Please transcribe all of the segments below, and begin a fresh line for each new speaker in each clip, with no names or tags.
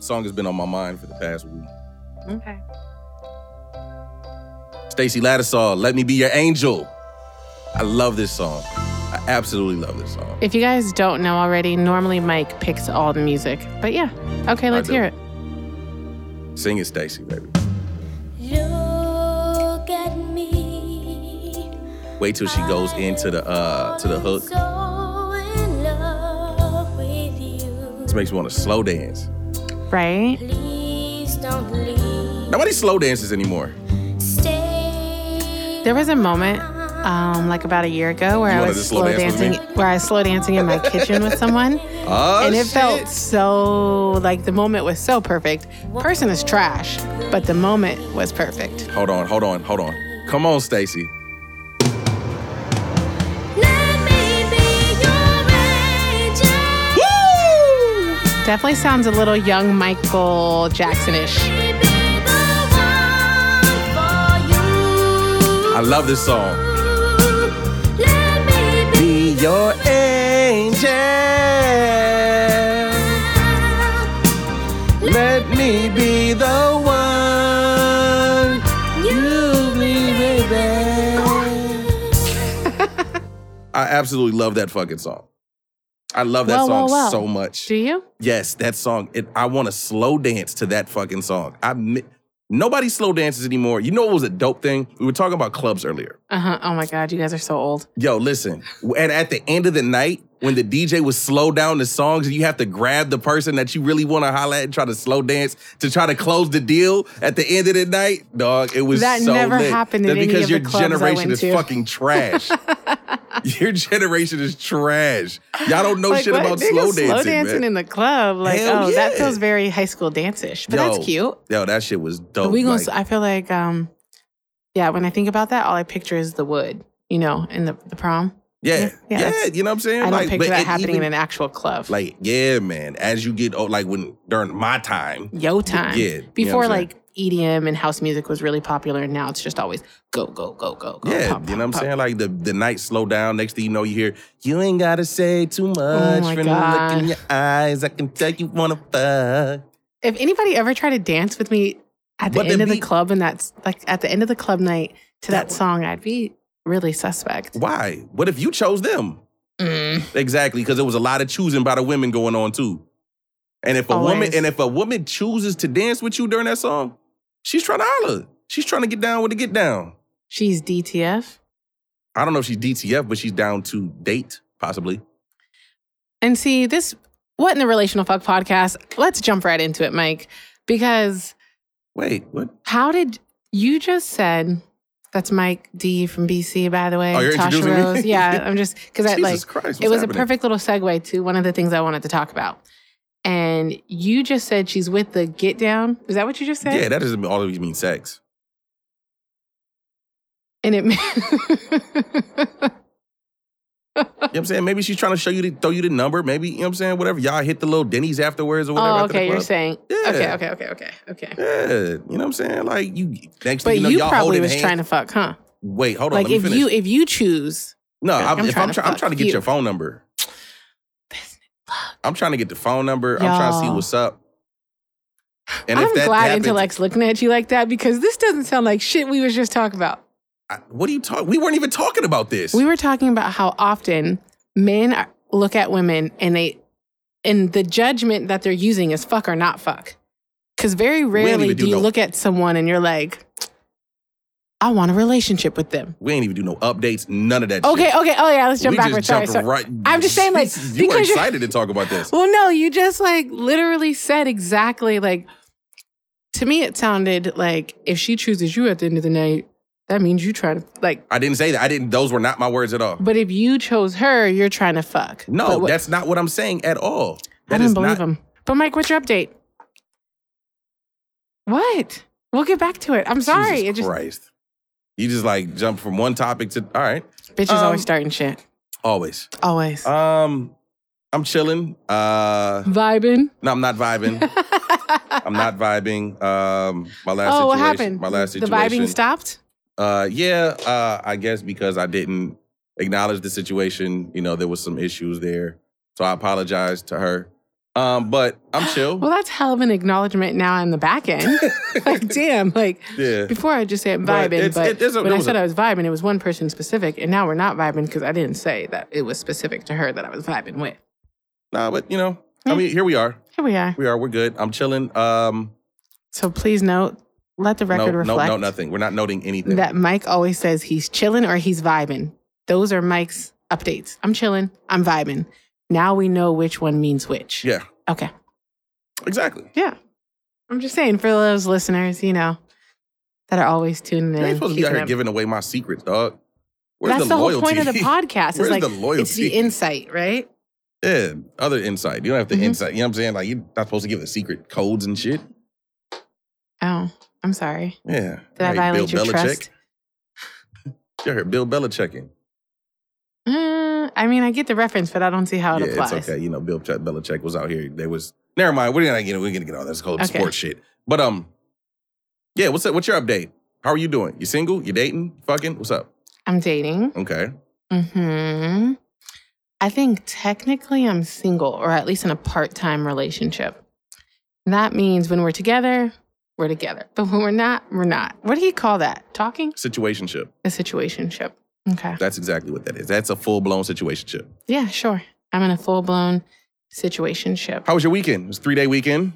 Song has been on my mind for the past week.
Okay.
Stacy Lattisaw, Let Me Be Your Angel. I love this song. I absolutely love this song.
If you guys don't know already, normally Mike picks all the music. But yeah. Okay, let's
do.
hear it.
Sing it, Stacy, baby.
Look at me.
Wait till she goes into the uh to the hook.
So in love with you.
This makes me want to slow dance.
Right?
Please don't leave.
Nobody slow dances anymore.
Stay.
There was a moment, um, like about a year ago, where
You
I
wanted
was
to slow
slow
dance with
dancing, where I was slow dancing in my kitchen with someone,
Oh,
and it
shit.
felt so like the moment was so perfect. Person is trash, but the moment was perfect.
Hold on, hold on, hold on. Come on, Stacy.
Let me be your angel.
Definitely sounds a little young Michael Jackson-ish.
Be the one for you.
I love this song.
Let me be
Be your angel. Let me be the one you need, I absolutely love that fucking song. I love that
Well,
song
well, well.
so much.
Do you?
Yes, that song. It, I want to slow dance to that fucking song. I mi- nobody slow dances anymore. You know what was a dope thing? We were talking about clubs earlier.
Uh huh. Oh my God, you guys are so old.
Yo, listen. And at the end of the night, when the DJ would slow down the songs, and you have to grab the person that you really want to holla at and try to slow dance to try to close the deal at the end of the night, dog. It was
That
so
never
lit.
happened in
That
any
because
of the
your
clubs I
generation
went
is
to.
fucking trash. your generation is trash. Y'all don't know
Like,
Oh, shit
what?
about
Nigga,
slow dancing.
Slow dancing
man.
in the club, like
Hell
oh, that
yeah.
feels very high school dance-ish, but
Yo,
that's cute.
Yo, that shit was dope.
But we gonna.
like-
I feel like, um, yeah. When I think about that, all I picture is the wood, you know, in the, the prom.
Yeah,
Yeah,
yeah,
that's-
you know what I'm saying.
I don't
like,
picture
but
that
it
happening
even-
in an actual club. Like
like, yeah, man. As you get old, like when during my time,
yo time.
yeah, you know what
Before
I'm saying?
like EDM and house music was really popular, and now it's just always go go go go go.
yeah,
pop,
you
pop,
know what I'm
pop.
saying. Like the the night slow down. Next thing you know, you hear you ain't gotta say too much
my
from the
God.
look in your eyes. I can tell you wanna fuck.
If anybody ever tried to dance with me at the
But the
end of the
beat-
club, and that's like at the end of the club night to that,
That was-
song, I'd be really suspect.
Why? What if you chose them?
Mm.
Exactly, because there was a lot of choosing by the women going on too. And if a woman
Always.
and if a woman chooses to dance with you during that song, she's trying to holler. She's trying to get down with the get down.
She's DTF.
I don't know if she's DTF, but she's down to date, possibly.
And see, this What in the Relational Fuck podcast, let's jump right into it, Mike, because
Wait, what?
how did you just said that's Mike D from BC, by the way.
Oh, you're introducing me?
Rose. Yeah, I'm just because I
Jesus
like
Christ.
it
what's
was
happening?
a perfect little segue to one of the things I wanted to talk about. And you just said she's with the get down. Is that what you just said?
Yeah, that doesn't mean- always mean sex.
And it
You know what I'm saying? Maybe she's trying to show you the, throw you the number. Maybe, you know what I'm saying? Whatever. Y'all hit the little Denny's afterwards or whatever.
Oh,
after the
okay. You're
club.
saying
Yeah.
okay, okay, okay, okay, okay.
Yeah. You know what I'm saying? Like you next
But
thing you know,
you
all
probably
holding
was
hands.
trying to fuck, huh?
Wait, hold on.
Like
let me
if
finish.
you if you choose
No,
Like,
I'm,
I'm
if
trying
I'm,
to
try, I'm
fuck
trying to get
you.
your phone number. I'm trying to get the phone number. I'm trying to see
Y'all.
what's up. And
I'm
if that
glad
happens,
Intellect's looking at you like that because this doesn't sound like shit we was just talking about.
I- what are you talking? We weren't even talking about this.
We were talking about how often men are- look at women and they and the judgment that they're using is fuck or not fuck. Cuz very rarely
even
do
do
you
no-
look at someone and you're like I want a relationship with them.
We ain't even do no updates. None of that.
Okay,
shit.
okay. Oh yeah, let's
We
jump
just
backwards. Sorry,
jumped
sorry.
Right.
I'm just saying, like,
you were
because you're-
excited to talk about this.
Well, no, you just like literally said exactly like to me it sounded like if she chooses you at the end of the night, that means you try to like
I didn't say that. I didn't. Those were not my words at all.
But if you chose her, you're trying to fuck.
No,
But what-
that's not what I'm saying at all.
I
That
don't
is
believe
not.
him. But Mike, what's your update? What? We'll get back to it. I'm sorry.
Jesus
it just
Christ. You just like jump from one topic to all right.
bitches
Um,
always starting shit.
Always.
Always
Um, I'm chilling. Uh,
vibing.
no, I'm not vibing. I'm not vibing. Um, my last
oh,
situation.
what happened?
My last situation.
The vibing stopped.
Uh, yeah. Uh, I guess because I didn't acknowledge the situation. You know, there was some issues there, so I apologize to her. Um, but I'm chill.
Well, that's hell of an acknowledgement now on the back end. like, damn, like
yeah.
before I just said
But
vibing,
it's-
but
it- it's a-
when
it
I
was
said
a-
I was vibing, it was one person specific, and now we're not vibing because I didn't say that it was specific to her that I was vibing with.
Nah, but you know, I
Yeah.
mean, here we are.
Here we are.
We are. We're good. I'm chilling. Um,
So please note, let the
no,
record
no,
reflect
no, nothing. We're not noting anything.
that Mike always says he's chilling or he's vibing. Those are Mike's updates. I'm chilling. I'm vibing. Now we know which one means which.
Yeah.
Okay.
Exactly.
I'm just saying for those listeners, you know, that are always tuning in.
You ain't supposed to be out
keeping
here
up.
giving away my secrets, dog. Where's
That's
the,
the, whole
loyalty?
point of the podcast. It's
Where's
like
the loyalty?
it's the insight, right?
yeah, other insight. You don't have to
Mhm.
insight. You know what I'm saying? Like you're not supposed to give the secret codes and shit.
Oh, I'm sorry.
Yeah.
Did I
Hey,
violate
Bill
your
Belichick.
trust?
You heard Bill Belichicking.
Uh, I mean, I get the reference, but I don't see how it
Yeah,
applies.
it's okay. You know, Bill Ch- Belichick was out here. They was never mind. We're gonna get we're gonna get all this cold
Okay.
sports shit. But um, yeah. What's up? What's your update? How are you doing? You single? You dating? Fucking? What's up?
I'm dating.
Okay.
Hmm. I think technically I'm single, or at least in a part-time relationship. That means when we're together, we're together. But when we're not, we're not. What do you call that? Talking?
Situationship.
A situationship. Okay.
That's exactly what that is. That's a full blown situationship.
Yeah, sure. I'm in a full-blown situationship.
How was your weekend? It was three day weekend.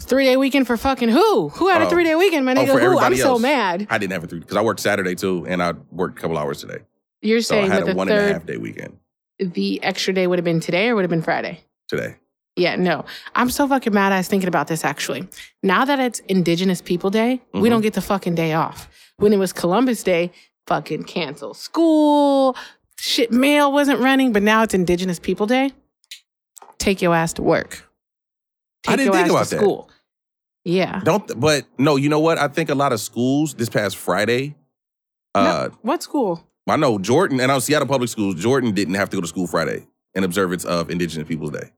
Three day weekend for fucking who? Who had a
Oh.
three day weekend, my
Oh,
nigga?
for
who? I'm
everybody
so
else.
mad.
I didn't have a three because I worked Saturday too, and I worked a couple hours today.
You're
So
saying
I
that
had a
the
one and a half
third,
day weekend
the extra day would have been today or would have been Friday?
today.
Yeah, no. I'm so fucking mad. I was thinking about this actually. Now that it's Indigenous People Day, we
Mhm.
don't get the fucking day off. When it was Columbus Day, fucking cancel school. Shit, mail wasn't running, but now it's Indigenous People Day. Take your ass to work.
I didn't think about that.
school. Yeah.
Don't. But no, you know what? I think a lot of schools this past Friday. Uh,
What school?
I know Jordan, and I was Seattle Public Schools. Jordan didn't have to go to school Friday in observance of Indigenous Peoples Day.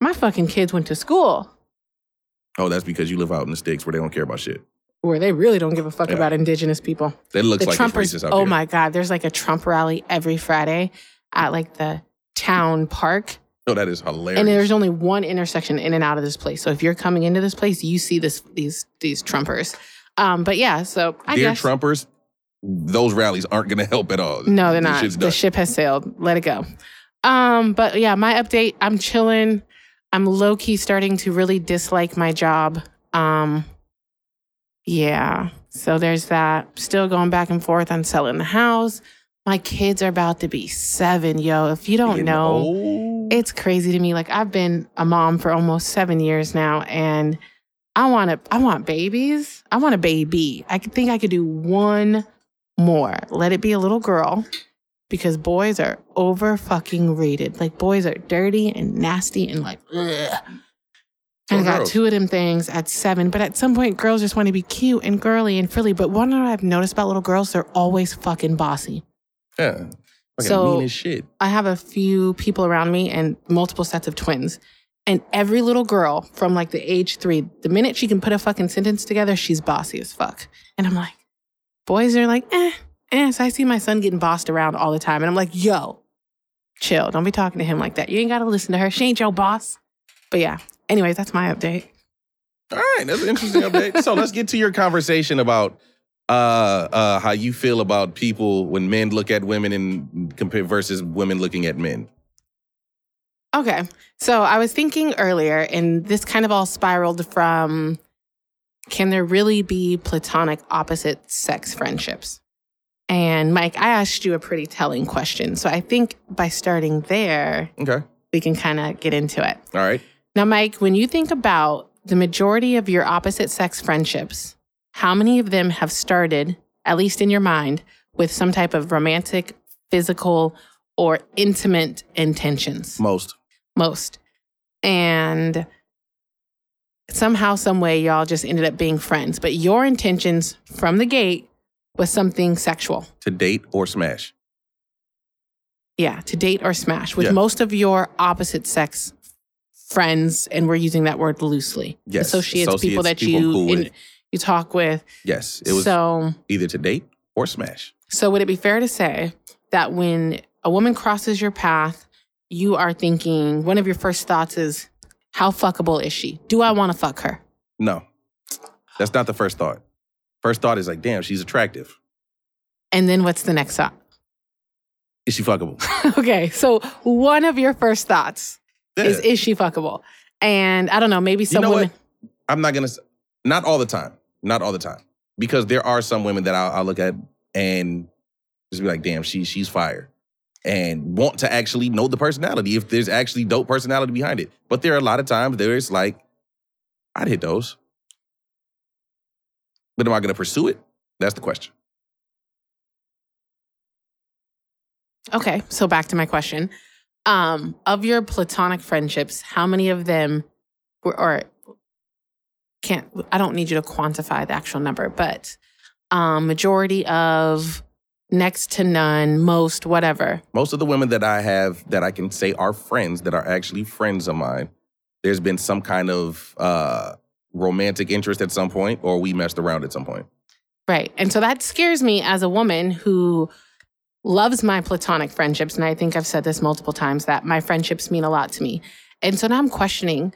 My fucking kids went to school.
Oh, that's because you live out in the sticks where they don't care about shit.
where they really don't give a fuck
Yeah.
about indigenous people.
That looks
the
like
Trumpers.
it's racist out
oh
here.
my God, there's like a Trump rally every Friday at like the town park.
No, that is hilarious.
And there's only one intersection in and out of this place. So if you're coming into this place, you see this these these Trumpers. Um, but yeah, so I
Dear
guess
Trumpers, those rallies aren't going to help at all.
no, they're
This
not.
shit's
The
done.
ship has sailed. Let it go. Um, but yeah, my update. I'm chilling. I'm low key starting to really dislike my job. Um, yeah. So there's that. Still going back and forth on selling the house. My kids are about to be seven, yo. If you don't
Getting
know,
old.
it's crazy to me. Like I've been a mom for almost seven years now, and I want to. I want babies. I want a baby. I could- think I could do one more. Let it be a little girl, because boys are over fucking rated. Like boys are dirty and nasty and like. Ugh.
So
I got
gross.
two of them things at seven, but at some point, girls just want to be cute and girly and frilly. But one thing I've noticed about little girls, they're always fucking bossy.
yeah. Fucking
So-
mean as shit.
I have a few people around me and multiple sets of twins. And every little girl from like the age three, the minute she can put a fucking sentence together, she's bossy as fuck. And I'm like, boys are like, eh, eh. So I see my son getting bossed around all the time. And I'm like, yo, chill. Don't be talking to him like that. You ain't got to listen to her. She ain't your boss. But yeah. Anyways, that's my update.
All right, that's an interesting update. So let's get to your conversation about uh, uh, how you feel about people when men look at women and compare versus women looking at men.
Okay. So I was thinking earlier, and this kind of all spiraled from can there really be platonic opposite sex friendships? And Mike, I asked you a pretty telling question. So I think by starting there,
Okay. All
we can kind of get into it.
right.
Now, Mike, when you think about the majority of your opposite sex friendships, how many of them have started, at least in your mind, with some type of romantic, physical, or intimate intentions?
Most.
most. And somehow, some way, y'all just ended up being friends. But your intentions from the gate was something sexual.
to date or smash.
Yeah, to date or smash with
Yeah.
most of your opposite sex friends, and we're using that word loosely.
Yes,
associates, people
associates,
that
people
you
I'm cool
in-
with.
you talk with.
Yes, it was
so,
either to date or smash.
so would it be fair to say that when a woman crosses your path, you are thinking one of your first thoughts is, How fuckable is she? Do I want to fuck her?
No, that's not the first thought. First thought is like, damn, she's attractive.
And then what's the next thought?
Is she fuckable?
okay, so one of your first thoughts is
Yeah.
is she fuckable? And I don't know, maybe
you
some
know
women.
what? I'm not gonna. s- Not all the time. Not all the time. Because there are some women that I'll, I'll look at and just be like, damn, she she's fire, and want to actually know the personality if there's actually dope personality behind it. But there are a lot of times there's like, I'd hit those, but am I gonna pursue it? That's the question.
Okay, so back to my question. Um, of your platonic friendships, how many of them were or can't I don't need you to quantify the actual number, but um majority of next to none, most whatever.
most of the women that I have that I can say are friends that are actually friends of mine, there's been some kind of uh, romantic interest at some point, or we messed around at some point.
Right. And so that scares me as a woman who loves my platonic friendships. And I think I've said this multiple times that my friendships mean a lot to me. And so now I'm questioning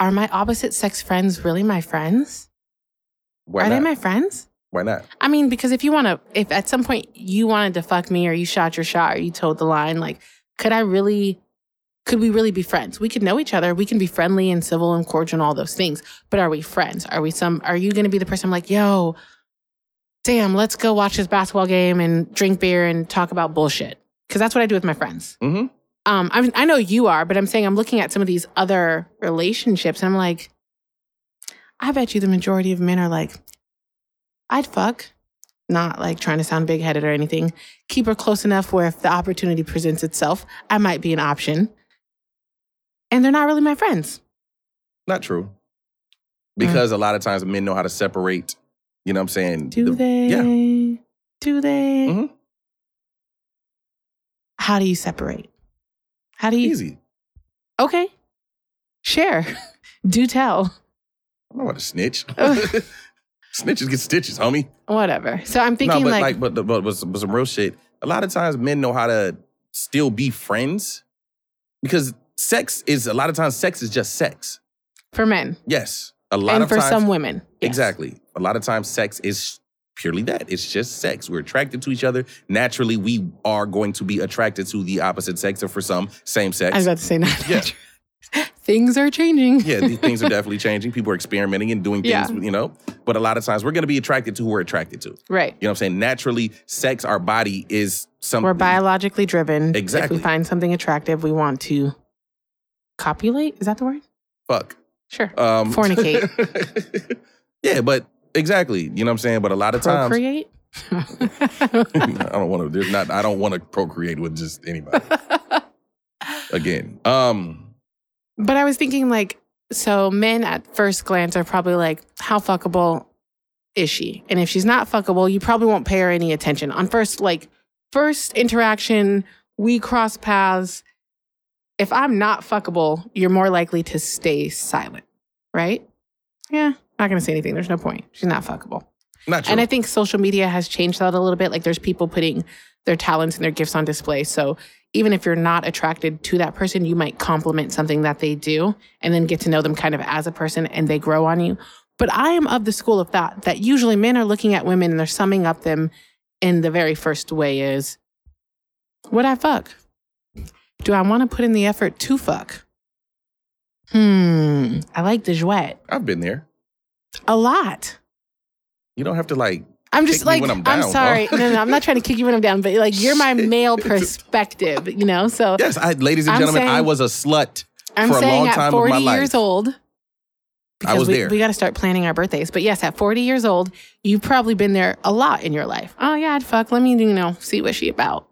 are my opposite sex friends really my friends?
Why
are
not?
they my friends?
Why not?
I mean, because if you want to, if at some point you wanted to fuck me or you shot your shot or you told the line, like, could I really, could we really be friends? We could know each other. We can be friendly and civil and cordial and all those things. But are we friends? Are we some, are you going to be the person I'm like, yo, damn, let's go watch this basketball game and drink beer and talk about bullshit? Because that's what I do with my friends.
Mhm.
Um, I, mean, I know you are, but I'm saying I'm looking at some of these other relationships and I'm like, I bet you the majority of men are like, I'd fuck not like trying to sound big headed or anything. Keep her close enough where if the opportunity presents itself, I might be an option. And they're not really my friends.
Not
Mm.
true. Because a lot of times men know how to separate, you know what I'm saying?
Do
the-
they?
Yeah.
Do they?
Mhm.
How do you separate? How do you?
Easy.
Okay. Share. do tell.
I'm not about to snitch. Snitches get stitches, homie.
Whatever. So I'm thinking
no, but
like,
like, but, but, but, some- but some real shit. A lot of times men know how to still be friends because sex is, a lot of times sex is just sex.
for men
Yes. A lot
and
of
for
times,
some women. Yes.
Exactly. A lot of times sex is purely that. It's just sex. We're attracted to each other. Naturally, we are going to be attracted to the opposite sex or for some, same sex.
I was about to say not.
Yeah.
Things are changing.
yeah, these things are definitely changing. People are experimenting and doing things,
Yeah.
you know. But a lot of times we're going to be attracted to who we're attracted to. You
Right.
know what I'm saying? Naturally, sex, our body is something.
We're biologically driven.
Exactly.
If we find something attractive, we want to copulate. Is that the word?
Fuck.
Sure.
Um,
Fornicate.
yeah, but exactly. You know what I'm saying? But a lot of times.
Procreate.
I don't want to. There's not. I don't want to procreate with just anybody
but
again. Um,
I was thinking, like, so men at first glance are probably like, how fuckable is she? And if she's not fuckable, you probably won't pay her any attention. On first, like, first interaction, we cross paths. If I'm not fuckable, you're more likely to stay silent, right? Yeah, not gonna say anything. There's no point. She's not fuckable.
not true.
And I think social media has changed that a little bit. Like there's people putting their talents and their gifts on display. So even if you're not attracted to that person, you might compliment something that they do and then get to know them kind of as a person and they grow on you. But I am of the school of thought that usually men are looking at women and they're summing up them in the very first way is would I fuck? Do I want to put in the effort to fuck? Hmm, I like the jouet
I've been there.
a lot.
You don't have to like.
I'm
Kick
just
me
like
when I'm
I'm,
down,
sorry.
bro.
No, no, I'm not trying to kick you when I'm down, but like you're my male perspective, you know. So
Yes, I, ladies and
I'm
gentlemen, I
saying-
was a slut.
I'm
for a
saying
long time
at
of my
40
life,
years old, because
was
we,
there.
we got to start planning our birthdays. But yes, at 40 years old, you've probably been there a lot in your life. Oh yeah, I'd fuck. Let me you know see what she about.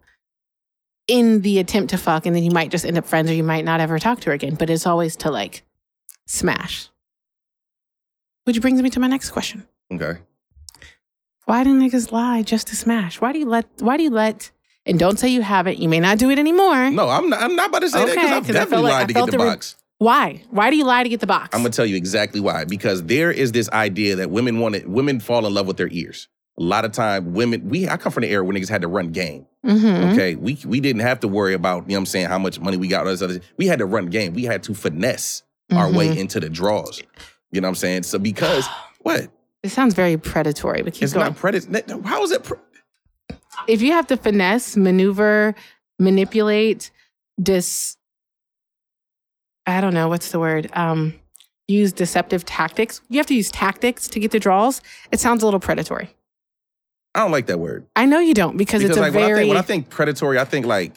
In the attempt to fuck, and then you might just end up friends, or you might not ever talk to her again. But it's always to like smash. Which brings me to my next question.
Okay.
why do niggas lie just to smash? Why do you let, why do you let, and don't say you haven't, you may not do it anymore.
No, I'm not, I'm not about to say that
Okay,
because I've
'cause I felt
definitely
like- I
lied to
felt
get the
the re-
box.
Why? Why do you lie to get the box?
I'm gonna tell you exactly why. Because there is this idea that women want it, women fall in love with their ears. A lot of time, women. We I come from the era when niggas had to run game.
Mhm.
Okay, we we didn't have to worry about you know what I'm saying how much money we got. Or this other, we had to run game. We had to finesse. our way
Mhm.
into the draws. You know what I'm saying? So because what?
It sounds very predatory, but keep
It's
going.
not predatory. How is it? Pre-
if you have to finesse, maneuver, manipulate, dis I don't know what's the word. Um use deceptive tactics. You have to use tactics to get the draws. It sounds a little predatory.
I don't like that word
I know you don't because, it's a
like when I
very
think when I think predatory, I think like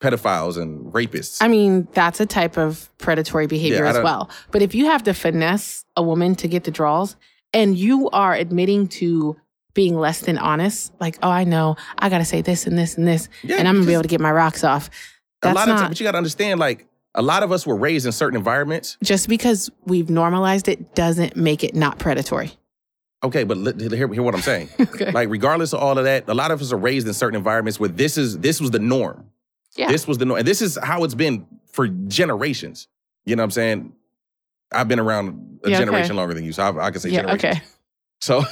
pedophiles and rapists.
I mean, that's a type of predatory behavior
Yeah, I
as
don't-
well. But if you have to finesse a woman to get the draws and you are admitting to being less than honest, like, oh, I know, I got to say this and this and this,
yeah,
and I'm going to be
because
able to get my rocks off.
a
That's
lot of
not
time, but you got to understand like a lot of us were raised in certain environments.
just because we've normalized it doesn't make it not predatory.
Okay, but li- hear, hear what I'm saying.
Okay.
like regardless of all of that, a lot of us are raised in certain environments where this is this was the norm.
Yeah.
This was the norm, and this is how it's been for generations. You know what I'm saying? I've been around a
Yeah, okay.
generation longer than you, so I, I can say
yeah.
generation.
Okay.
So,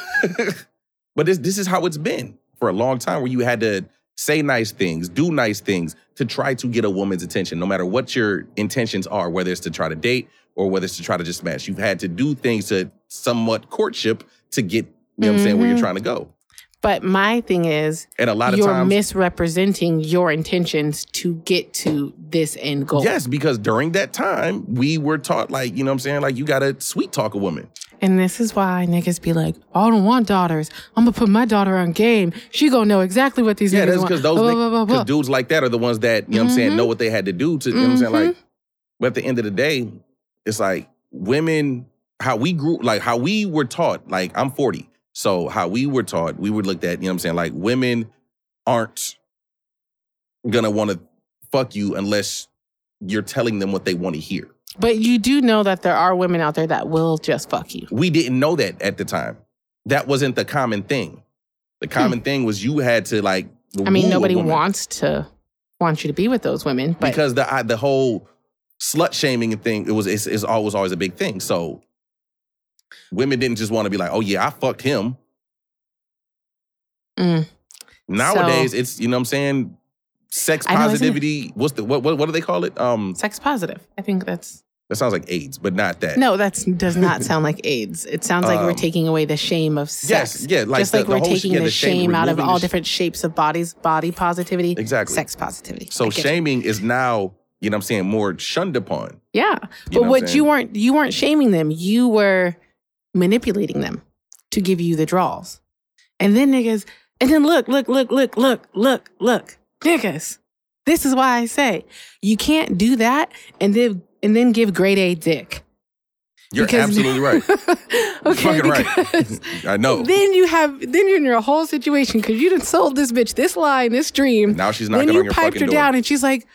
but this this is how it's been for a long time, where you had to say nice things, do nice things to try to get a woman's attention, no matter what your intentions are, whether it's to try to date or whether it's to try to just smash. You've had to do things to somewhat courtship to get, you know what I'm saying, where you're
Mhm.
trying to go.
But my thing is,
And a lot of
you're
times,
misrepresenting your intentions to get to this end goal.
yes, because during that time, we were taught, like, you know what I'm saying, like, you got to sweet talk a woman.
And this is why niggas be like, I don't want daughters. I'm gonna put my daughter on game. She gonna know exactly what these
Yeah,
niggas
that's
want.
because those
Blah,
nig-
blah, blah, blah,
'cause dudes like that are the ones that, you know what I'm saying,
Mhm.
know what they had to do to, you know what I'm saying?
Mm-hmm.
Like, but at the end of the day, it's like women, how we grew, like how we were taught, like I'm 40. So how we were taught, we were looked at, you know what I'm saying? Like women aren't gonna wanna fuck you unless you're telling them what they wanna hear.
But you do know that there are women out there that will just fuck you.
We didn't know that at the time. That wasn't the common thing. The common thing was you had to like.
Hmm. I mean,
woo a
nobody
woman.
wants to want you to be with those women, but
because the I, the whole slut shaming and thing it was it's, it's always always a big thing. So women didn't just want to be like, oh yeah, I fucked him.
Mm.
Nowadays, it's you know what I'm saying. Sex
I know, isn't it?
positivity. What's the what, what what do they call it? Um,
sex positive. I think that's
that sounds like AIDS, but not that.
no, that does not sound like AIDS. It sounds like we're
Um,
taking away the shame of sex.
Yes, yeah, like
just
the-
like
the
we're
whole sh-
taking
yeah,
the,
the shame,
shame out of
removing
all
the sh-
different shapes of bodies, body positivity,
exactly.
sex positivity. I
So
get it.
shaming is now you know what I'm saying more shunned upon.
Yeah.
You know
But
what I'm
what you
saying?
weren't you weren't shaming them. You were manipulating them to give you the draws. And then niggas, and then look, look, look, look, look, look, look. Niggas. This is why I say you can't do that and then and then give grade A dick.
You're
Because-
absolutely right. You're
okay.
fucking
because
right. I know.
Then you have then you're in your whole situation because you done sold this bitch this lie and this dream.
now she's knocking on
Then you
your
piped
fucking
her
door.
down and she's like,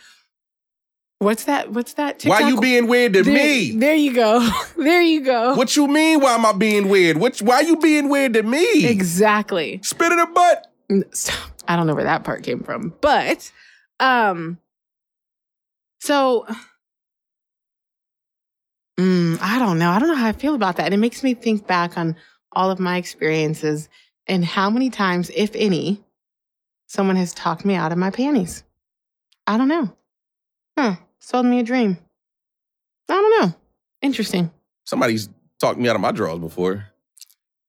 What's that? What's that?
Why
TikTok
you being weird to
there,
me?
There you go. There you go.
What you mean? Why am I being weird? What? Why you being weird to me?
Exactly.
Spit in the butt.
N- stop. I don't know where that part came from, but um, so mm, I don't know. I don't know how I feel about that, and it makes me think back on all of my experiences and how many times, if any, someone has talked me out of my panties. I don't know. Huh? Sold me a dream. I don't know. Interesting.
Somebody's talked me out of my drawers before.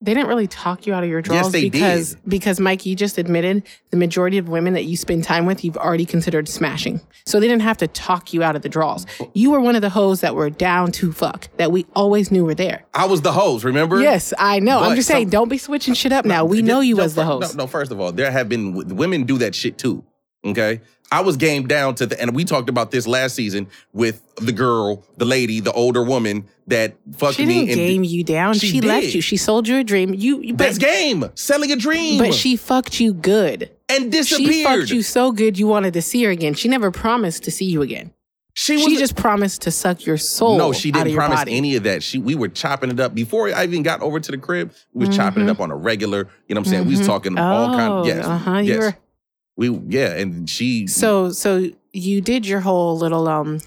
They didn't really talk you out of your draws
they did.
because because Mike, you just admitted the majority of women that you spend time with, you've already considered smashing. So they didn't have to talk you out of the draws. You were one of the hoes that were down to fuck that we always knew were there.
I was the hose. Remember?
yes, I know. I'm
but
just saying,
some-
don't be switching shit up now. We
Th-
know you
no,
as the
fir-
host.
No, no. First of all, there have been w- women do that shit too. Okay, I was game down to the, and we talked about this last season with the girl, the lady, the older woman that fucked
she
me.
didn't game you down.
She
She, left
did.
you. She sold you a dream. You, you
That's
but,
game. Selling a dream.
but she fucked you good.
and disappeared.
She fucked you so good you wanted to see her again. She never promised to see you again.
She was
She just promised to suck your soul.
No, she
out of
didn't
your
promise
body.
any of that. She we were chopping it up before I even got over to the crib. We was chopping it up on a regular. You know what I'm saying? We was
Mhm.
talking all kind.
Mm-hmm. Oh,
yes,
uh-huh, you
yes.
were-
we yeah, and she.
So so you did your whole little um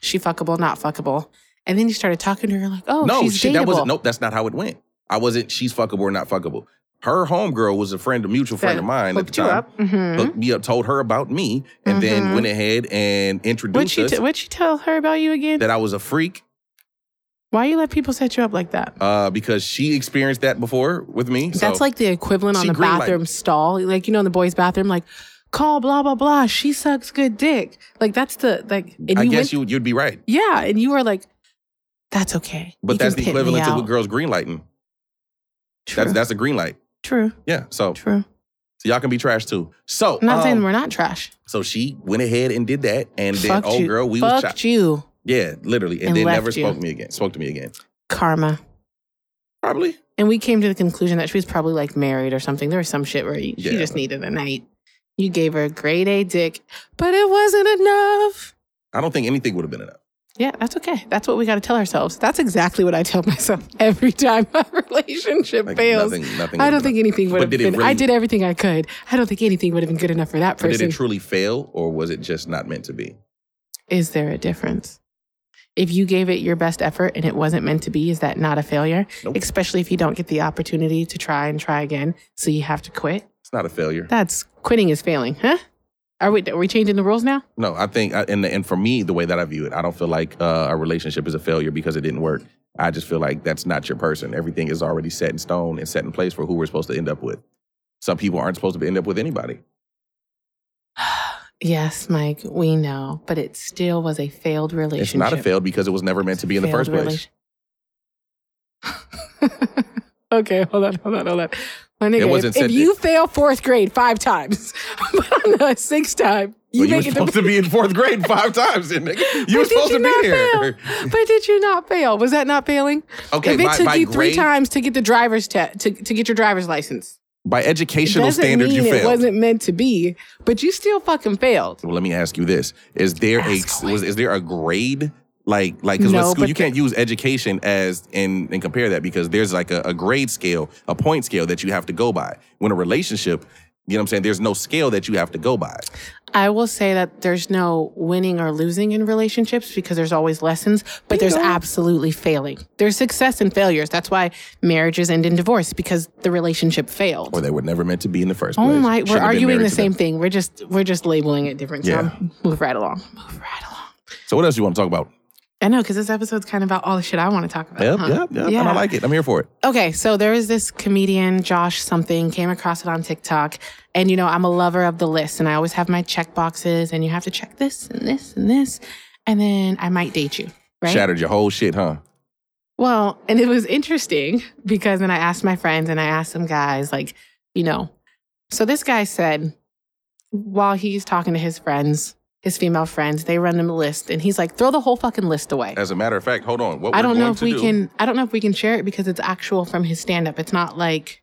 she fuckable, not fuckable. And then you started talking to her like, oh,
no,
she's
she, that wasn't.
dateable.
Nope, that's not how it went. I wasn't. She's fuckable or not fuckable. Her homegirl was a friend, a mutual friend
That
of mine at the
Hooked you
time.
up. Mhm.
Hooked me up, told her about me, and then
Mhm.
went ahead and
What'd
introduced
she
us
t- what'd she tell her about you again?
that I was a freak.
Why you let people set you up like that?
uh, because she experienced that before with me. so-
That's like the equivalent on
She
the
green light.
bathroom stall, like you know, in the boys' bathroom, like call blah blah blah. She sucks good dick. Like that's the like. And
I
you
guess
went,
you you'd be right,
yeah, and you were like, that's okay.
but
You
that's
can
the
pit me
equivalent to
out."
what girls green lighting.
True,
That's that's a green light.
true,
Yeah. So
true.
so y'all can be trash too. So
I'm not saying
um,
we're not trash.
so she went ahead and did that, and then
Fucked
oh
you.
girl, we was shot.
Fucked you,
Yeah, literally, and,
And
then
left
never
you.
spoke to me again. Spoke to me again.
karma.
Probably.
And we came to the conclusion that she was probably like married or something. There was some shit where you, she
Yeah.
just needed a night. You gave her a grade A dick, but it wasn't enough.
I don't think anything would have been enough.
Yeah, that's okay. That's what we got to tell ourselves. That's exactly what I tell myself every time my relationship
Like
fails.
nothing. Nothing.
I
would've been
don't think anything would
But
have
did it
been. I
really-
did everything I could. I don't think anything would have been good enough for that
enough. But did
person.
it truly fail, or was it just not meant to be?
is there a difference? If you gave it your best effort and it wasn't meant to be, is that not a failure?
Nope.
Especially if you don't get the opportunity to try and try again, so you have to quit.
It's not a failure.
That's quitting is failing, huh? Are we are we changing the rules now?
No, I think, I- and and for me, the way that I view it, I don't feel like uh, a relationship is a failure because it didn't work. I just feel like that's not your person. Everything is already set in stone and set in place for who we're supposed to end up with. Some people aren't supposed to end up with anybody.
Yes, Mike, we know, but it still was a failed relationship.
It's not a failed because it was never meant to be in the
Failed
first place.
relation- okay, hold on, hold on, hold on. My nigga,
wasn't
if,
said
if you fail fourth grade five times, but on the sixth time,
But you
you
were
make it
supposed to be in fourth grade five times, and you were
did
supposed
you
to be
not
here.
fail? But did you not fail? Was that not failing?
Okay,
if it
by,
took
by
you three
grade,
times to get the driver's test to, to get your driver's license,
by
it
educational
doesn't
standards,
mean
you
it
failed.
wasn't meant to be, but you still fucking failed.
Well, let me ask you this: Is there
Ask
a
away.
was, is there a grade like like because
No,
with school
but
you can't use education as and and compare that because there's like a, a grade scale, a point scale that you have to go by. When a relationship, you know what I'm saying, there's no scale that you have to go by.
I will say that there's no winning or losing in relationships because there's always lessons, but there's absolutely failing. There's success and failures. That's why marriages end in divorce because the relationship failed.
Or they were never meant to be in the first place.
oh my,
Shouldn't
we're
have been
arguing
married
the
to them.
same thing. We're just we're just labeling it different. So
Yeah.
I'm- move right along. Move right along.
So what else you want to talk about?
I know because this episode's kind of about all the shit I want to talk about.
Yep,
huh?
yep, yep. And I like it. I'm here for it.
Okay, so there is this comedian, Josh something, came across it on TikTok. And, you know, I'm a lover of the list and I always have my check boxes and you have to check this and this and this. And then I might date you, right?
Shattered your whole shit, huh?
Well, and it was interesting because then I asked my friends and I asked some guys, like, you know, so this guy said, while he's talking to his friends, his female friends, they run him a list and he's like, throw the whole fucking list away.
As a matter of fact, hold on. What
I
we're
don't know
going
if
to
we
do-
can. I don't know if we can share it because it's actual from his stand up. It's not like.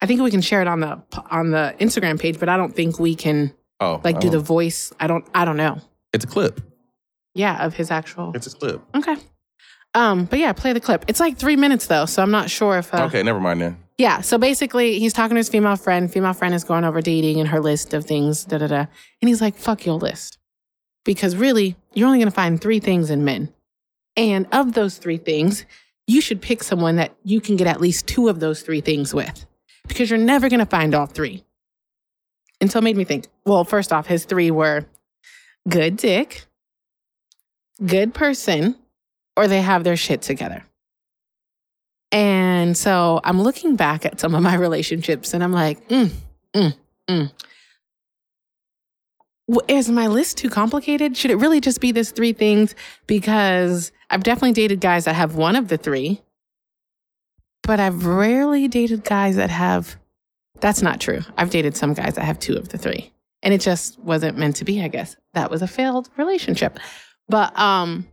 I think we can share it on the on the Instagram page, but I don't think we can
oh,
like
I
do the
don't-
voice. I don't. I don't know.
It's a clip.
Yeah, of his actual.
It's a clip.
Okay. Um, but yeah, play the clip. It's like three minutes though, so I'm not sure if. Uh,
okay, never mind then.
Yeah. So basically, he's talking to his female friend. Female friend is going over dating and her list of things, da da da. And he's like, fuck your list. Because really, you're only going to find three things in men. And of those three things, you should pick someone that you can get at least two of those three things with because you're never going to find all three. And so it made me think well, first off, his three were good dick, good person, or they have their shit together. And so I'm looking back at some of my relationships and I'm like, mm, mm, mm. W- Is my list too complicated? Should it really just be this three things? Because I've definitely dated guys that have one of the three, but I've rarely dated guys that have, that's not true. I've dated some guys that have two of the three. And it just wasn't meant to be, I guess. That was a failed relationship. But um,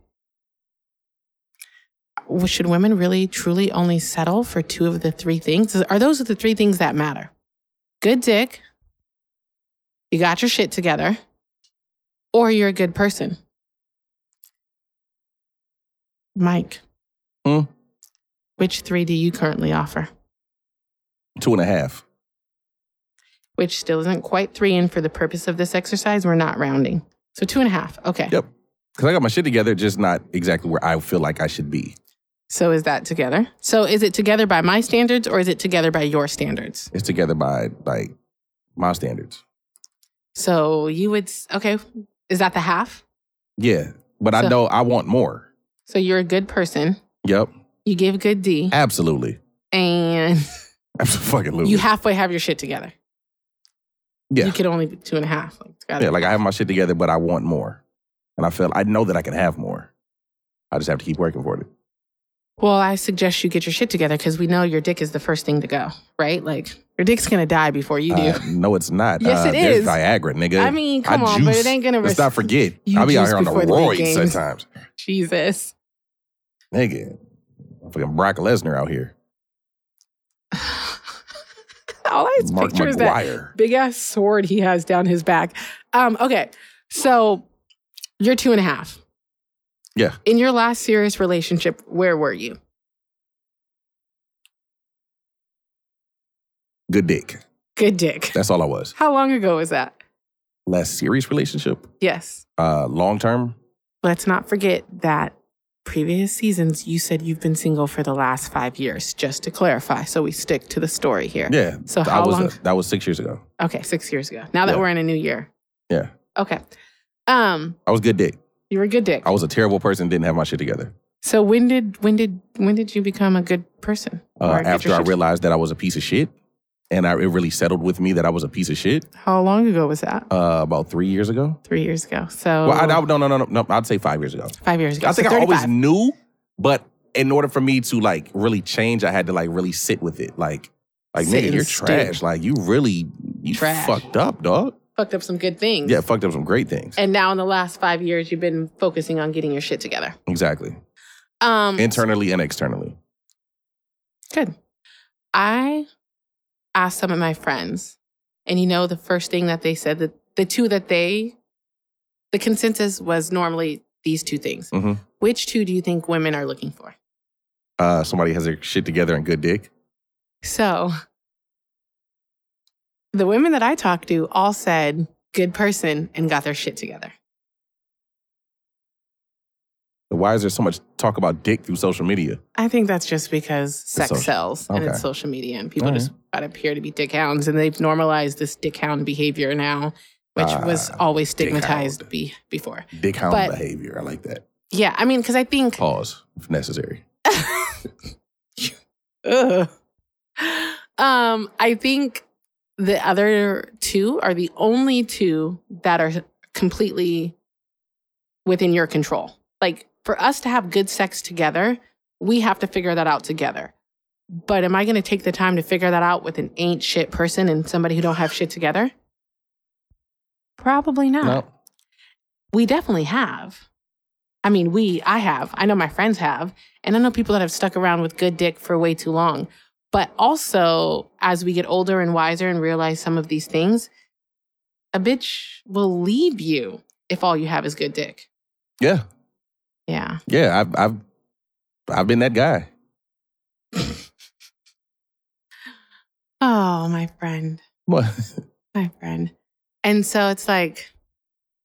w- should women really truly only settle for two of the three things? Is- Are those the three things that matter? Good dick, you got your shit together, or you're a good person. Mike,
Hmm?
which three do you currently offer?
Two and a half.
Which still isn't quite three, and for the purpose of this exercise, we're not rounding. So two and a half. Okay.
Yep. Because I got my shit together, just not exactly where I feel like I should be.
So is that together? So is it together by my standards or is it together by your standards?
It's together by like my standards.
So you would s- okay? Is that the half?
Yeah. But I
So-
know I want more.
So you're a good person.
Yep.
You give good D,
Absolutely.
and
Absolutely.
you halfway have your shit together.
Yeah.
You could only be two and a half. Like, it's gotta-
yeah, like I have my shit together, but I want more. And I feel I know that I can have more. I just have to keep working for it.
Well, I suggest you get your shit together because we know your dick is the first thing to go, right? Like your dick's gonna die before you do.
Uh, no, it's not.
Yes,
uh,
it
there's
is.
Viagra, nigga.
I mean, come
I
on, but
juice.
it ain't gonna.
Let's
res-
not forget.
You
I be out
juice
here on the
before the big
roids
games.
sometimes.
Jesus.
Nigga. Fucking Brock Lesnar out here.
All I
Mark
picture is that
McGuire.
big ass sword he has down his back. Um, okay, so you're two and a half.
Yeah.
In your last serious relationship, where were you?
Good dick.
Good dick.
That's all I was.
How long ago was that?
Last serious relationship.
Yes.
Uh long term.
Let's not forget that previous seasons you said you've been single for the last five years, just to clarify. So we stick to the story here.
Yeah.
So
I
how
was
long?
uh, that was six years ago.
okay, six years ago. Now that
Yeah.
we're in a new year.
Yeah.
Okay. Um,
I was good dick.
you were a good dick.
I was a terrible person, didn't have my shit together.
So when did when did when did you become a good person? Or
Uh,
get your
after I
shit-
realized that I was a piece of shit and I, it really settled with me that I was a piece of shit
How long ago was that?
uh, about three years ago.
Three years ago. So
Well, I, I, no, no, no, no, no. I'd say five years ago.
five years ago.
I think
So
I always
35.
knew, but in order for me to like really change, I had to like really sit with it. Like, like
Sit
nigga,
and
you're
stew.
trash. Like you really you
Trash.
fucked up, dog.
fucked up some good things.
Yeah, fucked up some great things.
And now in the last five years, you've been focusing on getting your shit together.
exactly,
Um,
internally and externally.
Good. I asked some of my friends, and you know, the first thing that they said that the two that they, the consensus was normally these two things.
Mhm.
Which two do you think women are looking for?
Uh, somebody has their shit together and good dick.
So the women that I talked to all said good person and got their shit together.
Why is there so much talk about dick through social media?
I think that's just because sex
social-
sells and
okay. Mm-hmm.
it's social media and people
All
just about appear to be dick hounds and they've normalized this dick hound behavior now, which was
Ah,
always
dick
stigmatized
hound.
be, before.
Dick hound
But-
behavior. I like that.
Yeah, I mean, because I think,
Pause if necessary.
Ugh. um, I think the other two are the only two that are completely within your control. Like for us to have good sex together, we have to figure that out together. But am I going to take the time to figure that out with an ain't shit person and somebody who don't have shit together? Probably not.
No,
We definitely have. I mean, we, I have. I know my friends have. And I know people that have stuck around with good dick for way too long. But also, as we get older and wiser and realize some of these things, a bitch will leave you if all you have is good dick.
yeah,
Yeah.
yeah. I've I've I've been that guy.
Oh, my friend.
What?
my friend. And so it's like,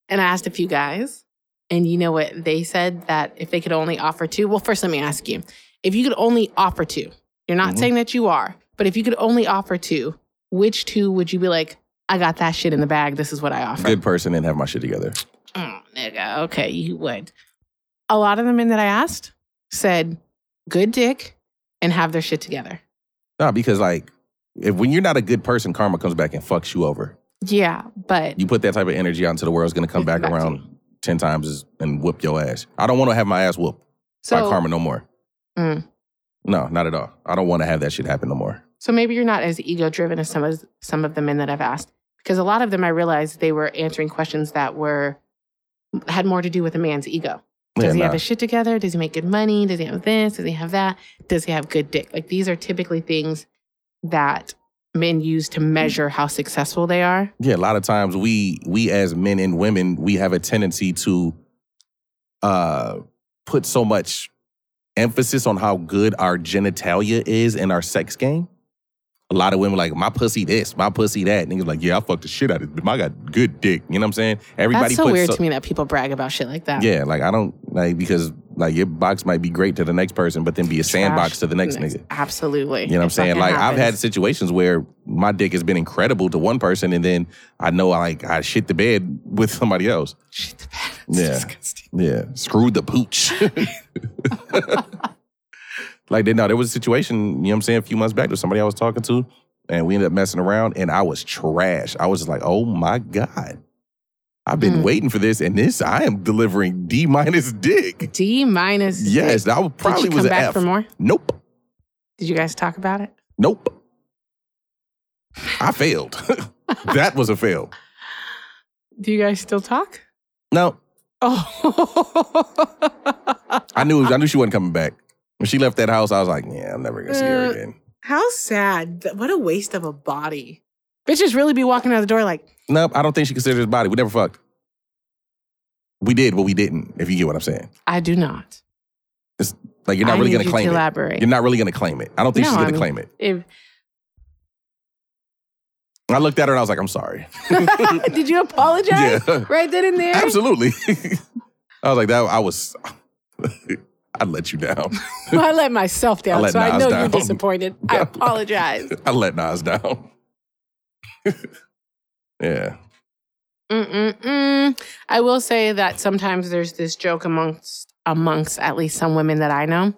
and I asked a few guys, and you know what they said that if they could only offer two, well, first let me ask you if you could only offer two, you're not
Mhm.
saying that you are, but if you could only offer two, which two would you be like, I got that shit in the bag, this is what I offer?
Good person and have my shit together.
Oh, nigga, okay, you would. A lot of the men that I asked said, good dick and have their shit together.
No, because like if when you're not a good person, karma comes back and fucks you over.
Yeah, but
You put that type of energy out into the world, it's gonna come
It's
back
back to
around ten times as- and whoop your ass. I don't want to have my ass whooped by
so,
karma no more.
Mm.
No, not at all. I don't want to have that shit happen no more.
So maybe you're not as ego driven as some of some of the men that I've asked because a lot of them I realized they were answering questions that were had more to do with a man's ego. Does
Yeah,
he have
nah.
his shit together? Does he make good money? Does he have this? Does he have that? Does he have good dick? Like these are typically things that men use to measure how successful they are.
yeah, a lot of times we we as men and women we have a tendency to uh put so much emphasis on how good our genitalia is in our sex game. A lot of women like my pussy this, my pussy that. Niggas like, yeah, I fucked the shit out of it. I got good dick. You know what I'm saying? Everybody
That's so
puts
weird
so-
to me that people brag about shit like that.
Yeah, like I don't like because like your box might be great to the next person, but then be a sandbox
Trash
to the next
next-
nigga.
Absolutely.
You know what I'm saying? Like I've had situations where my dick has been incredible to one person, and then I know I like I shit the bed with somebody else.
shit the bed. It's
Yeah.
disgusting.
Yeah, screw the pooch. Like, they, no, there was a situation, you know what I'm saying, a few months back, there was somebody I was talking to, and we ended up messing around, and I was trash. I was just like, oh my God. I've been
Mm.
waiting for this, and this, I am delivering D minus dick.
D minus.
Yes, that was
Did
probably
you come
was an
back
F.
for more?
nope,
Did you guys talk about it?
nope. I failed. that was a fail.
Do you guys still talk?
No,
Oh.
I knew I knew she wasn't coming back. When she left that house, I was like, yeah, I'm never gonna see her
Uh,
again.
How sad. Th- What a waste of a body. Bitches really be walking out the door like,
Nope, I don't think she considered his body. We never fucked. We did, but we didn't. If you get what I'm saying,
I do not.
like you're not
I
really
need
gonna
you
claim
to
it.
elaborate.
You're not really gonna claim it. I don't think
No,
she's gonna
I mean-
claim it.
If-
I looked at her and I was like, I'm sorry.
Did you apologize
yeah,
right then and there?
absolutely. I was like, that. I was. I let you down.
I let myself
I
down,
let
so I
Nas
know
down.
you're disappointed. I
Yeah.
apologize.
I let Nas down. yeah.
Mm-mm-mm. I will say that sometimes there's this joke amongst amongst at least some women that I know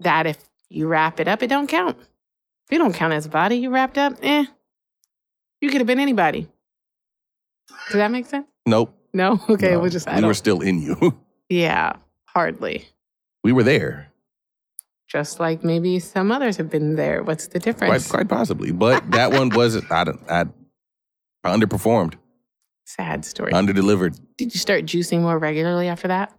that if you wrap it up, it don't count. If you don't count as a body, you wrapped up, eh. You could have been anybody. Does that make sense?
Nope.
No? Okay,
No.
we'll just I
we
don't-
were still in you.
Yeah, hardly.
we were there.
Just like maybe some others have been there. What's the
Quite,
difference?
quite possibly. But that one was I, don't- I I underperformed,
Sad story.
underdelivered.
Did you start juicing more regularly after that?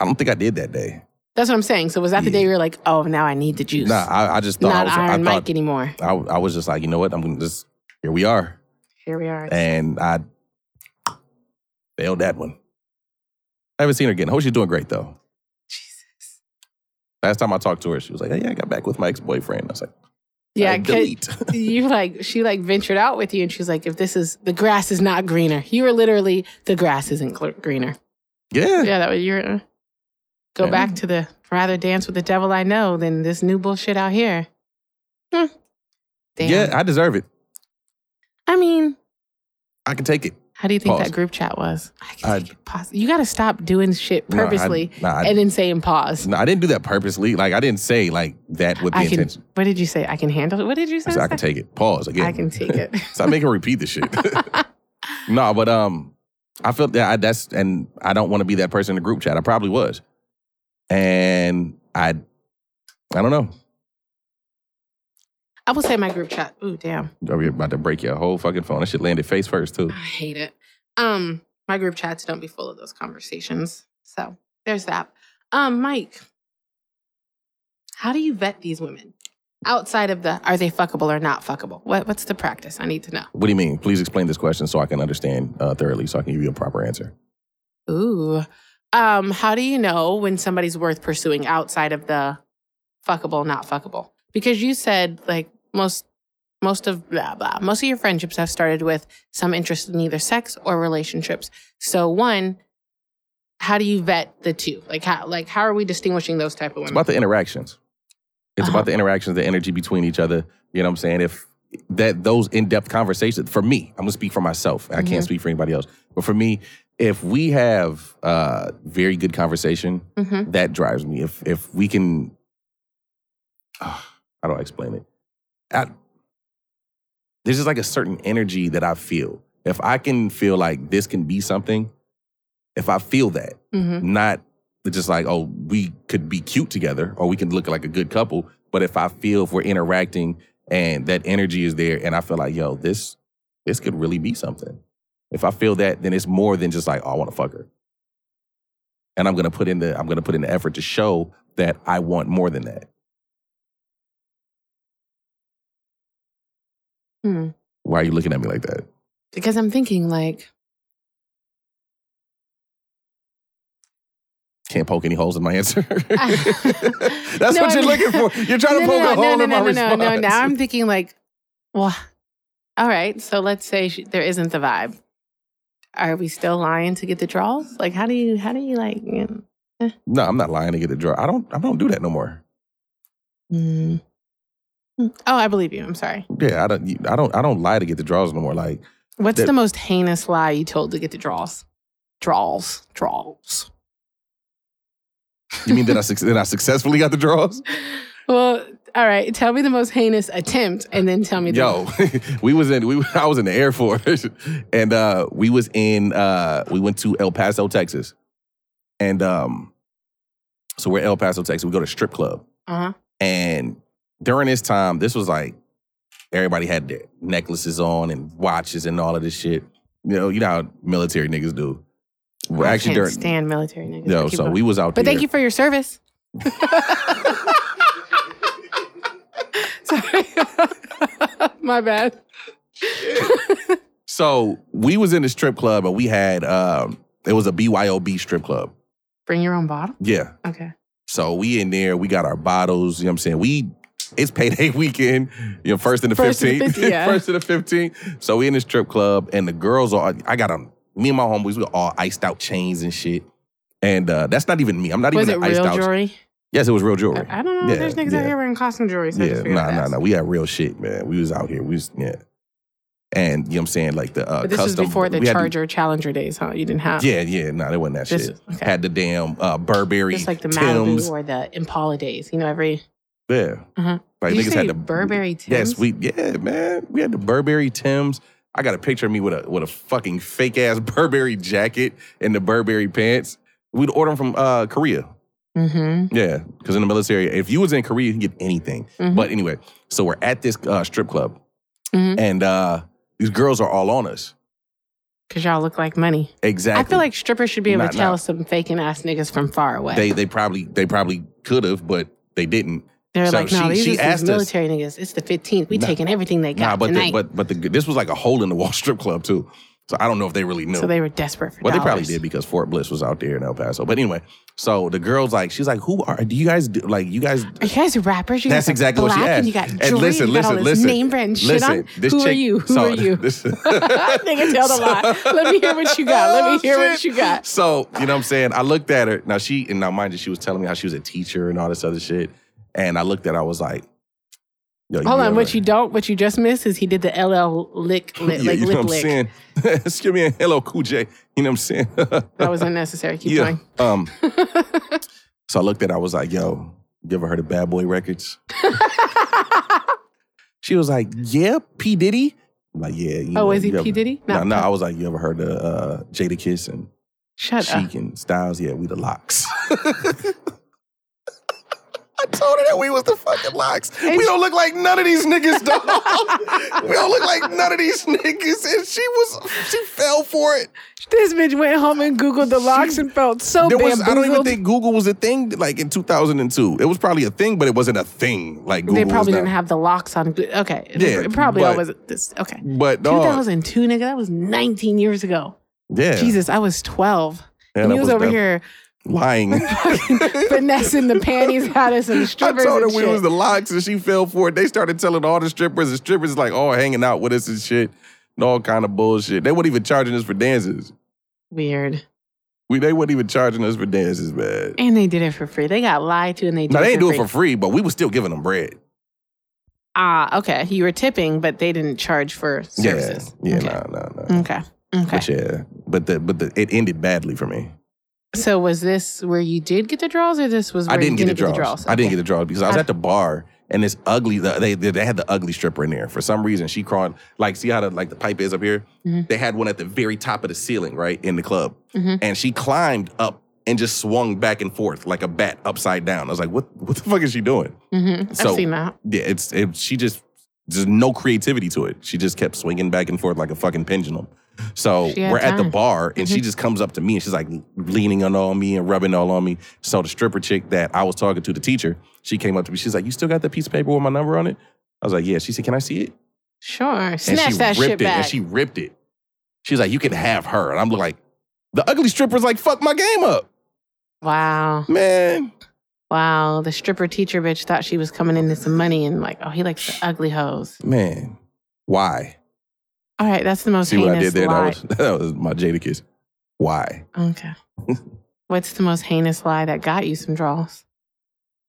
I don't think I did that day.
That's what I'm saying. So was that the
Yeah.
day you were like, oh, now I need the juice?
Nah, I, I just thought I
Not
was
Iron
I
Mike
thought
anymore.
I, I was just like, you know what? I'm gonna just here we are.
Here we are.
And I failed that one. I haven't seen her again. Hope she's doing great though.
Jesus.
Last time I talked to her, she was like, Hey, I got back with my ex-boyfriend. I was like,
Yeah,
"Uh,
'cause
delete.
you like she like ventured out with you, and she's like, "If this is the grass is not greener, you were literally the grass isn't gl- greener."
yeah.
Yeah, that was your uh, go
Yeah.
back to the rather dance with the devil I know than this new bullshit out here. Hmm. Damn.
Yeah, I deserve it.
I mean,
I can take it.
how do you think
Pause.
that group chat was? I can
I-
take it. pause. You got to stop doing shit
No, I-
purposely
No, I,
and then saying pause.
no, I didn't do that purposely. Like I didn't say like that with the
I can.
intention.
What did you say? I can handle it. What did you say?
I, said, I can take it. Pause again.
I can take it.
Stop making her repeat this shit. no, but um, I felt that I, that's and I don't want to be that person in the group chat. I probably was, and I, I don't know.
I will say my group chat. Ooh, damn.
Are you about to break your whole fucking phone? That shit landed face first too.
I hate it. Um, my group chats don't be full of those conversations. So there's that. Um, Mike, how do you vet these women outside of the are they fuckable or not fuckable? What what's the practice? I need to know.
What do you mean? Please explain this question so I can understand uh, thoroughly, so I can give you a proper answer.
Ooh. Um, how do you know when somebody's worth pursuing outside of the fuckable, not fuckable? Because you said like most most of blah blah. Most of your friendships have started with some interest in either sex or relationships. So one, how do you vet the two? Like how like how are we distinguishing those type of
It's
women?
about the interactions. It's
Uh-huh.
about the interactions, the energy between each other. You know what I'm saying? If that those in-depth conversations, for me, I'm gonna speak for myself. I
Mhm.
can't speak for anybody else. But for me, if we have uh very good conversation,
Mhm.
that drives me. If if we can Ah, how do I explain it? I, there's just like a certain energy that I feel. If I can feel like this can be something, if I feel that,
Mhm.
not just like oh we could be cute together or we can look like a good couple but if i feel if we're interacting and that energy is there and i feel like yo this this could really be something if i feel that then it's more than just like oh i want to fuck her and i'm gonna put in the i'm gonna put in the effort to show that i want more than that
Hmm.
why are you looking at me like that
Because I'm thinking like
can't poke any holes in my answer that's
No,
what
I
you're
mean-
looking for you're trying to
No, no,
poke
no,
a hole
no,
in
no,
my
no, no,
response
no, no. Now I'm thinking like, well, all right. So let's say she, there isn't the vibe. Are we still lying to get the draws? Like, how do you, how do you like? You know,
no i'm not lying to get the draw i don't i don't do that no more Mm-hmm.
Hmm. Oh, I believe you. I'm sorry.
Yeah, I don't, I don't, I don't lie to get the draws no more. Like,
What's
That-
the most heinous lie you told to get the draws? Draws, draws.
you mean that I suc- that I successfully got the draws?
Well, all right. Tell me the most heinous attempt, and then tell me. The
Yo, we was in we I was in the Air Force, and uh, we was in uh, we went to El Paso, Texas, and um, so we're in El Paso, Texas. We go to strip club,
Uh huh.
and during this time, this was like everybody had their necklaces on and watches and all of this shit. You know, you know how military niggas do. Well,
I
actually,
can't
during
stand military niggas.
no,
keep
so
going.
we was out
But
there.
thank you for your service. Sorry, my bad.
So we was in the strip club, and we had um, it was a BYOB strip club.
Bring your own bottle.
Yeah,
Okay.
So we in there, we got our bottles, you know what I'm saying? We it's payday weekend, you know, first and the
First and the
15th.
15th, yeah.
first and the 15th. So we in the strip club and the girls are I got them, me and my homies, we all iced out chains and shit. And uh, that's not even me. I'm not
Was
even
it
an iced
real
out.
jewelry?
Yes, it was real jewelry.
I, I don't know. if
Yeah,
There's niggas
yeah.
out here wearing costume jewelry. So I
yeah,
just figured
nah,
I'd
nah,
ask.
nah. We had real shit, man. We was out here. We was yeah. And you know what I'm saying? Like the uh
But this
custom
was before the
we had
Charger Challenger days, huh? You didn't have.
Yeah, yeah, nah, that wasn't that
This
shit.
is- okay.
Had the damn uh Burberry
Just like the
Timbs.
Malibu or the Impala days. You know, every.
Yeah.
Uh-huh.
Like
Did you
niggas
say
had the
Burberry Timbs.
Yes, we yeah, man. We had the Burberry Tims. I got a picture of me with a with a fucking fake ass Burberry jacket and the Burberry pants. We'd order them from uh, Korea.
Mm-hmm.
Yeah, because in the military, if you was in Korea, you can get anything.
Mhm.
But anyway, so we're at this uh, strip club,
Mhm.
and uh, these girls are all on us.
Because y'all look like money.
Exactly.
I feel like strippers should be able
Not-
to tell
not-
some faking ass niggas from far away.
they they probably they probably could have, but they didn't.
They, are
so
like, no,
she-
these
she
are
asked
these
us-
military niggas. It's the 15th. We
Nah.
taking everything they got
nah, but the,
tonight.
but but the, this was like a hole in the wall strip club too. So I don't know if they really knew.
So they were desperate for
Well, they probably
dollars.
did because Fort Bliss was out there in El Paso. But anyway, so the girl's like, she's like, who are do you guys do like you guys?
Are you guys rappers? You
That's
guys are
exactly what
black
she asked.
And you got
And
jewelry. and
listen,
you got all
listen,
this
listen,
name brand shit
Listen,
on.
this
Who are
chick-
you? Who
so-
are you? Ah,
this-
Nigga, tell the lie. Let me hear what you got.
Oh,
Let me hear what you got.
So you know what I'm saying? I looked at her now. She and now mind you, she was telling me how she was a teacher and all this other shit. And I looked at, her, I was like, Yo,
Hold on.
ever-
What you don't, what you just missed is he did the LL lick,
yeah,
lick, like
you know
lick,
what I'm
lick.
saying? Excuse me, hello, Cool J. You know what I'm saying?
That was unnecessary. Keep
yeah.
going.
Um. so I looked at, her, I was like, Yo, you ever heard of Bad Boy Records? She was like, "Yeah, P Diddy." I'm like, "Yeah." You
Oh, is he
you
P.
ever-
Diddy?
No,
Not
no.
P-
I was like, "You ever heard of uh, Jada Kiss and
Shut up.
Chic and Styles? Yeah, we the locks." I told her that we was the fucking locks.
And
we
she-
don't look like none of these niggas, dog. we don't look like none of these niggas, and she was she fell for it.
This bitch went home and Googled the locks and felt so
There was I don't even
bamboozled.
think Google was a thing like in 2002. It was probably a thing, but it wasn't a thing like Google.
they
is
probably
now.
didn't have the locks on. Goo- Okay, It-
Yeah,
it probably
but-
always this. Okay,
But dog,
2002, nigga, that was 19 years ago.
yeah,
Jesus, I was 12.
Yeah,
and
that
he was,
was
over
def-
here
lying.
finessing the panties out of some
I
strippers.
told her
and
we
shit.
was the locks and she fell for it. They started telling all the strippers and strippers like, oh, hanging out with us and shit and all kind of bullshit. They weren't even charging us for dances.
Weird.
We they weren't even charging us for dances, man.
And they did it for free. They got lied to, and they did
Now
it
they ain't
for
do it
free.
for free, but we was still giving them bread.
Ah, okay. You were tipping, but they didn't charge for services.
Yeah, yeah,
okay.
no, no, no.
Okay. Okay.
But yeah, but the but the it ended badly for me.
So was this where you did get the draws, or this was where
I didn't
you
get the draws. I didn't get the draws because I was
I-
at the bar and this ugly. the- They they they had the ugly stripper in there for some reason. She crawled like see how the like the pipe is up here.
Mhm.
They had one at the very top of the ceiling right in the club,
Mhm.
and she climbed up and just swung back and forth like a bat upside down. I was like, what what the fuck is she doing?
Mm-hmm.
So-
I've seen that.
Yeah, it's it, she just there's no creativity to it. She just kept swinging back and forth like a fucking pendulum. So
She had
we're at the
time. Mm-hmm.
bar and she just comes up to me and she's like leaning on all me and rubbing all on me. So the stripper chick that I was talking to, the teacher, she came up to me. She's like, "You still got that piece of paper with my number on it?" I was like, "Yeah." She said, "Can I see it?"
Sure.
and
Snatch
she
that
ripped
shit
it.
back.
And she ripped it. She's like, "You can have her." And I'm like, "The ugly stripper's like fuck my game up,
wow.
man."
Wow. The stripper teacher bitch thought she was coming into some money and like, oh, he likes the ugly hoes.
Man, why?
All right, that's the most
See what
heinous
I did there?
lie.
That was that was my Jada kiss. Why?
okay. What's the most heinous lie that got you some draws?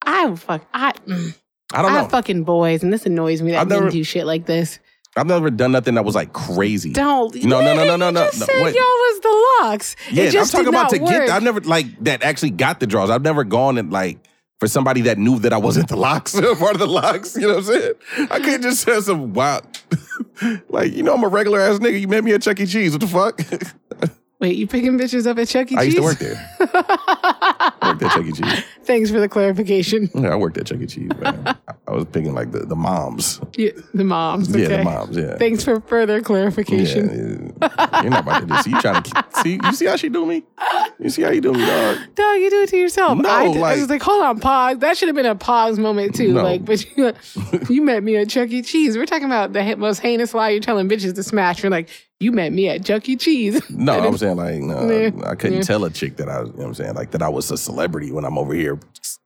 I would fuck I mm,
I
I,
don't know.
have fucking boys and this annoys me that
I've
men
never-
do shit like this.
I've never done nothing that was like crazy.
Don't
No, no, no, no,
You
no, no,
just
no,
said
wait.
y'all was the locks.
Yeah,
it just
I'm talking
did
about
not
to
work.
get. I've never like that actually got the draws. I've never gone and like for somebody that knew that I wasn't the locks, part of the locks. You know what I'm saying? I can't just say some wild, like you know I'm a regular ass nigga. You met me at Chuck E. Cheese. What the fuck?
Wait, you picking bitches up at Chuck E. Cheese?
I used to work there. I worked at Chuck E. Cheese.
Thanks for the clarification.
Yeah, I worked at Chuck E. Cheese. Man. I- I was picking like the, the moms.
Yeah, the moms. Okay.
Yeah, the moms. Yeah.
Thanks for further clarification.
Yeah, yeah. You're not about to do this. You trying to see? You see how she do me? You see how you do me, dog?
Dog, you do it to yourself.
No,
I, did- I
like-
was like, hold on, pause. That should have been a pause moment too.
No.
Like, but you, you met me at Chuck E. Cheese. We're talking about the he- most heinous lie you're telling bitches to smash. You're like, you met me at Chuck E. Cheese.
No, I'm saying like no,
Yeah.
I couldn't
Yeah.
tell a chick that I was. You know what I'm saying like that I was a celebrity when I'm over here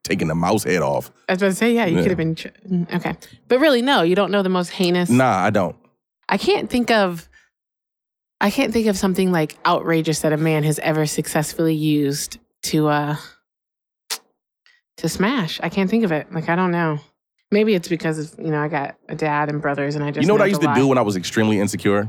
taking the mouse head off.
I was about to say, yeah, you
Yeah.
could have been. Ch- mm, okay, but really, no, you don't know the most heinous.
Nah, I don't.
I can't think of. I can't think of something like outrageous that a man has ever successfully used to uh to smash. I can't think of it. Like I don't know. Maybe it's because of, you know I got a dad and brothers, and I just
you know what I
learned
used
a
to
lot.
do when I was extremely insecure?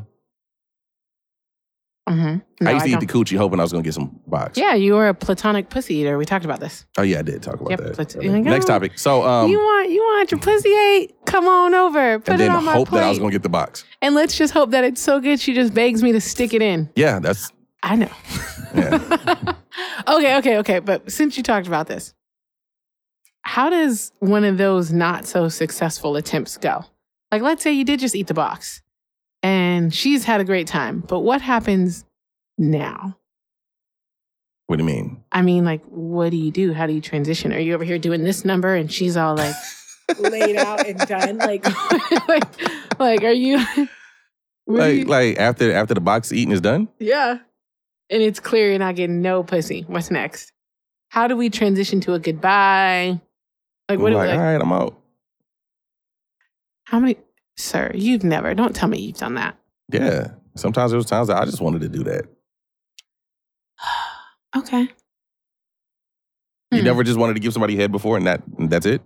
Mhm. No,
I used to eat
don't.
the coochie hoping I was gonna get some box.
Yeah, you were a platonic pussy eater. We talked about this.
Oh yeah, I did talk about
Yep,
that.
let's- there you go.
Next topic. So um,
you want you want your pussy ate? Come on over. Put
and
it
then
on my
hope
plate.
that I was gonna get the box.
and let's just hope that it's so good she just begs me to stick it in.
Yeah, that's
I know.
yeah.
okay, okay, okay. But since you talked about this, how does one of those not so successful attempts go? Like, let's say you did just eat the box and she's had a great time, but what happens now?
what do you mean?
I mean, like, what do you do? How do you transition? Are you over here doing this number and she's all like laid out and done? Like, like, like are you, what do
Like
you-
like after after the box eating is done.
yeah. And it's clear you're not getting no pussy. What's next? How do we transition to a goodbye? Like, what
I'm
do
like,
we like?
all right, I'm out.
How many, sir, you've never, don't tell me you've done that.
Yeah. Sometimes there was times that I just wanted to do that.
Okay.
You
Hmm.
never just wanted to give somebody head before, and that and that's it.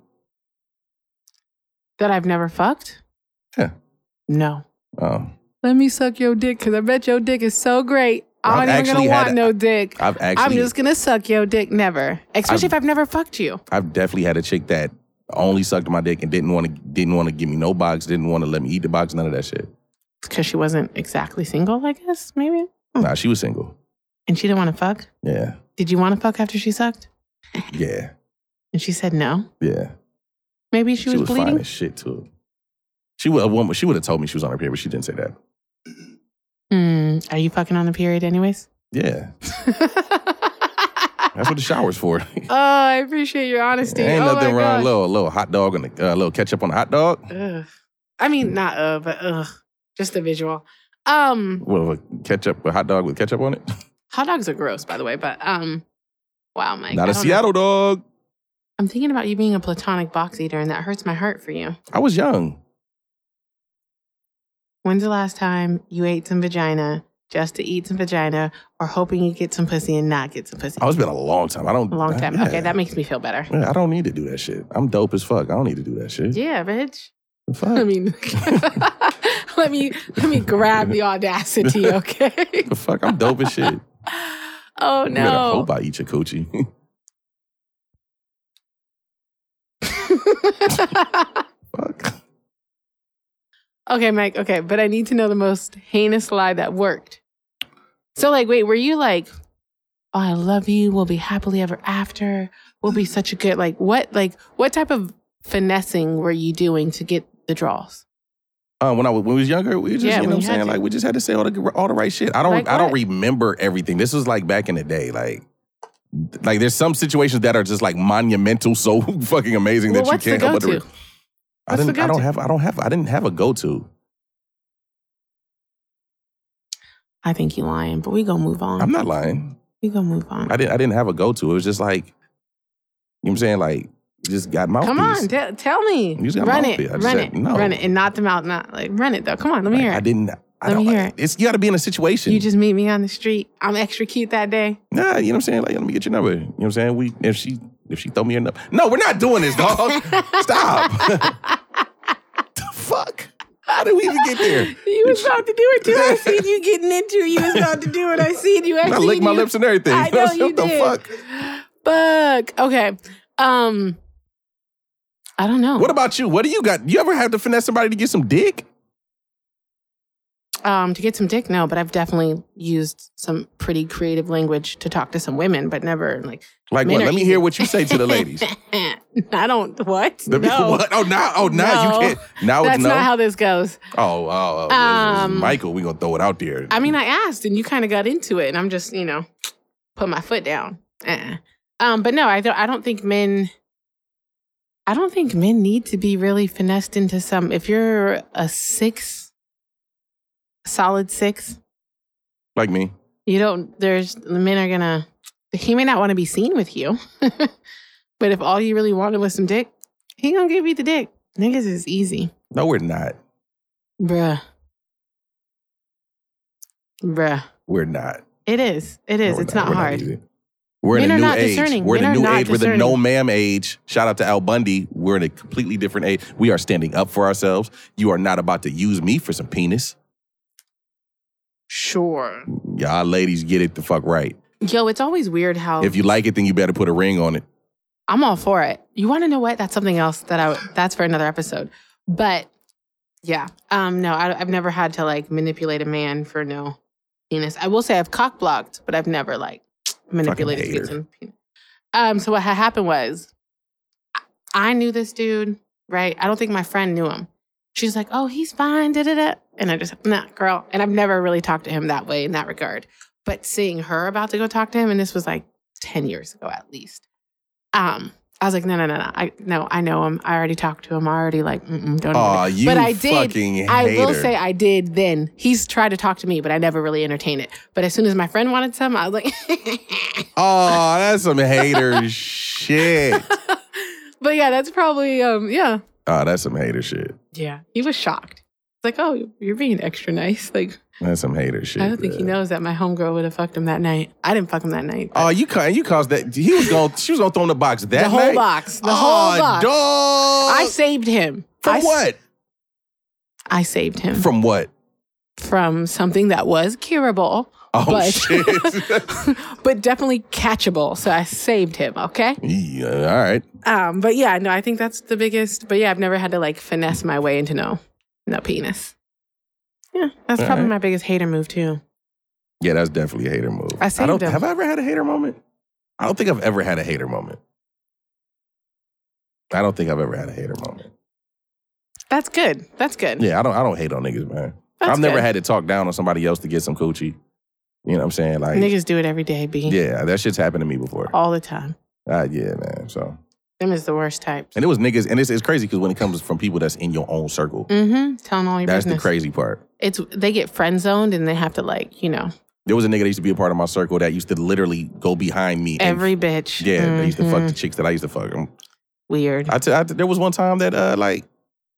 That I've never fucked?
Yeah.
No.
Oh.
Let me suck your dick because I bet your dick is so great. I'm
I've
not even going
actually
to
had
want
a-
no dick.
I've actually
I'm just going to suck your dick, never. Especially if I've never fucked you.
I've definitely had a chick that only sucked my dick and didn't want to didn't want to give me no box, didn't want to let me eat the box, none of that shit.
Because she wasn't exactly single, I guess, maybe.
Nah, she was single.
And she didn't want to fuck.
Yeah,
Did you want to fuck after she sucked?
yeah,
And she said no.
yeah.
Maybe she, was,
fine
bleeding.
as shit too. She would a woman. She would have told me she was on her period, but she didn't say that.
Hmm. Are you fucking on the period, anyways?
Yeah,
oh,
that's what the shower's for.
I appreciate your honesty.
Ain't
oh
nothing wrong.
my
with A
God.
little, little hot dog and a uh, little ketchup on a hot dog.
Ugh. I mean, not uh, but ugh, just the visual. Um,
What a ketchup, a hot dog with ketchup on it.
hot dogs are gross, by the way. But um, wow, Mike.
Not
I
a
don't know.
Seattle dog.
I'm thinking about you being a platonic box eater, and that hurts my heart for you.
I was young.
When's the last time you ate some vagina just to eat some vagina, or hoping you get some pussy and not get some pussy?
I was been a long time. I Mm-hmm. don't
a long time.
yeah.
Okay, that makes me feel better.
Yeah, I don't need to do that shit. I'm dope as fuck. I don't need to do that shit.
Yeah, bitch.
The fuck?
I mean, let me let me grab the audacity, okay?
The fuck? I'm dope as shit.
oh
You better
no!
hope I eat your coochie. fuck.
okay, Mike. Okay, but I need to know the most heinous lie that worked. So, like, wait, were you like, "Oh, I love you. We'll be happily ever after. We'll be such a good like." What like what type of finessing were you doing to get the draws?
Uh, when I was when we was younger, we just you
Yeah,
know
when
what I'm
you had
saying
to.
like we just had to say all the all the right shit. I don't
Like
I don't
what?
remember everything. This was like back in the day, like like there's some situations that are just like monumental, so fucking amazing
Well,
that you
what's the
can't help but. to
go-to?
re- I
What's the
didn't. I don't
go-to?
have. I don't have. I didn't have a go to.
I think you lying, but we gonna move on.
I'm not lying.
We gonna move on.
I didn't. I didn't have a go to. It was just like you know what I'm saying. Like just got mouthpiece.
Come on, tell tell me.
You just got
run
mouth
it,
feel. I just
run
said
it,
no.
run it, and not them out. Not like run it though. Come on, let me
Like,
hear
I
it.
didn't. I
Let me
don't,
hear it.
It's you got to be in a situation.
You just meet me on the street. I'm extra cute that day.
Nah, you know what I'm saying? Like, let me get your number. You know what I'm saying? We if she if she throw me a number. No, we're not doing this, dog. Stop. the fuck? How did we even get there?
You was about to do it too. I seen you getting into it. You was about to do it. I seen you. I,
I
seen
licked my
you.
lips and everything.
I know you
what the
did.
fuck?
Fuck. Okay. Um. I don't know.
What about you? What do you got? You ever have to finesse somebody to get some dick?
um, to get some dick, no, but I've definitely used some pretty creative language to talk to some women, but never like.
Like
Men
what?
are
Let me
easy.
hear what you say to the ladies.
I don't what?
Let me-
no,
what? Oh now, oh now
No.
you can't. Now
that's
it's no.
not how this goes.
oh, oh, oh,
Um,
Michael, we gonna throw it out there.
I mean, I asked, and you kind of got into it, and I'm just, you know, put my foot down. Uh-uh. Um, but no, I don't. I don't think men. I don't think men need to be really finessed into some. If you're a six, solid six,
like me.
you don't. There's the men are gonna. He may not want to be seen with you, but if all you really wanted was some dick, he gonna give you the dick. Niggas is easy,
No, we're not.
bruh. Bruh,
We're not.
it is. It is.
No, we're
it's not,
We're
hard.
easy. We're in
Men
a
are
new
not
age.
discerning.
We're in
Men
a
are
new
not
age. We're the
discerning.
no ma'am age. Shout out to Al Bundy. We're in a completely different age. We are standing up for ourselves. You are not about to use me for some penis.
Sure.
Y'all ladies get it the fuck right.
Yo, it's always weird how
If you like it, then you better put a ring on it.
I'm all for it. You want to know what? That's something else that I would- that's for another episode. But yeah, um, no, I, I've never had to like manipulate a man for no penis. I will say I've cock blocked, but I've never like manipulated to get
hater.
some penis. Um, so what ha- happened was, I- I knew this dude, right? I don't think my friend knew him. She's like, "Oh, he's fine," da da da, and I just, nah, girl. And I've never really talked to him that way in that regard. But seeing her about to go talk to him, and this was like ten years ago at least. Um, I was like, no, no, no, no. I no, I know him. I already talked to him. I already like, mm-mm, don't.
Aw, you
but I did.
fucking hater.
I will say I did then. He's tried to talk to me, but I never really entertained it. But as soon as my friend wanted some, I was like,
Oh, that's some hater shit.
but yeah, that's probably um, yeah,
Oh, that's some hater shit.
yeah. He was shocked. Like, oh, you're being extra nice. Like,
That's some hater shit.
I don't think he
bruh.
knows that my homegirl would have fucked him that night. I didn't fuck him that night.
Oh, you ca- you caused that. He was going. she was gonna throw in the box that
the whole
night?
box. The
oh,
whole box.
dog.
I saved him.
From
I s-
what?
I saved him from,
From what?
something that was curable,
Oh
But-
shit.
but definitely catchable. So I saved him. Okay.
yeah, all right.
Um, but yeah, no, I think that's the biggest. But yeah, I've never had to like finesse my way into no, no penis. Yeah, that's
All
probably
right.
my biggest hater move too.
Yeah, that's definitely a hater move.
I saved
don't,
him.
Have I ever had a hater moment? I don't think I've ever had a hater moment. I don't think I've ever had a hater moment.
That's good. That's good.
Yeah, I don't. I don't hate on niggas, man.
That's
I've never
good.
had to talk down on somebody else to get some coochie. You know what I'm saying? Like,
niggas Oh. do it every day, b
yeah, that shit's happened to me before.
all the time.
Uh, yeah, man. So,
Them is the worst types.
and it was niggas, and it's, it's crazy because when it comes from people that's in your own circle,
Mm-hmm. Telling all your
that's
business.
the crazy part.
it's they get friend zoned and they have to like you know
There was a nigga that used to be a part of my circle that used to literally go behind me. and-
every bitch.
yeah, they used to fuck
Mhm.
the chicks that I used to fuck. Um,
Weird.
I t- I t- there was one time that uh like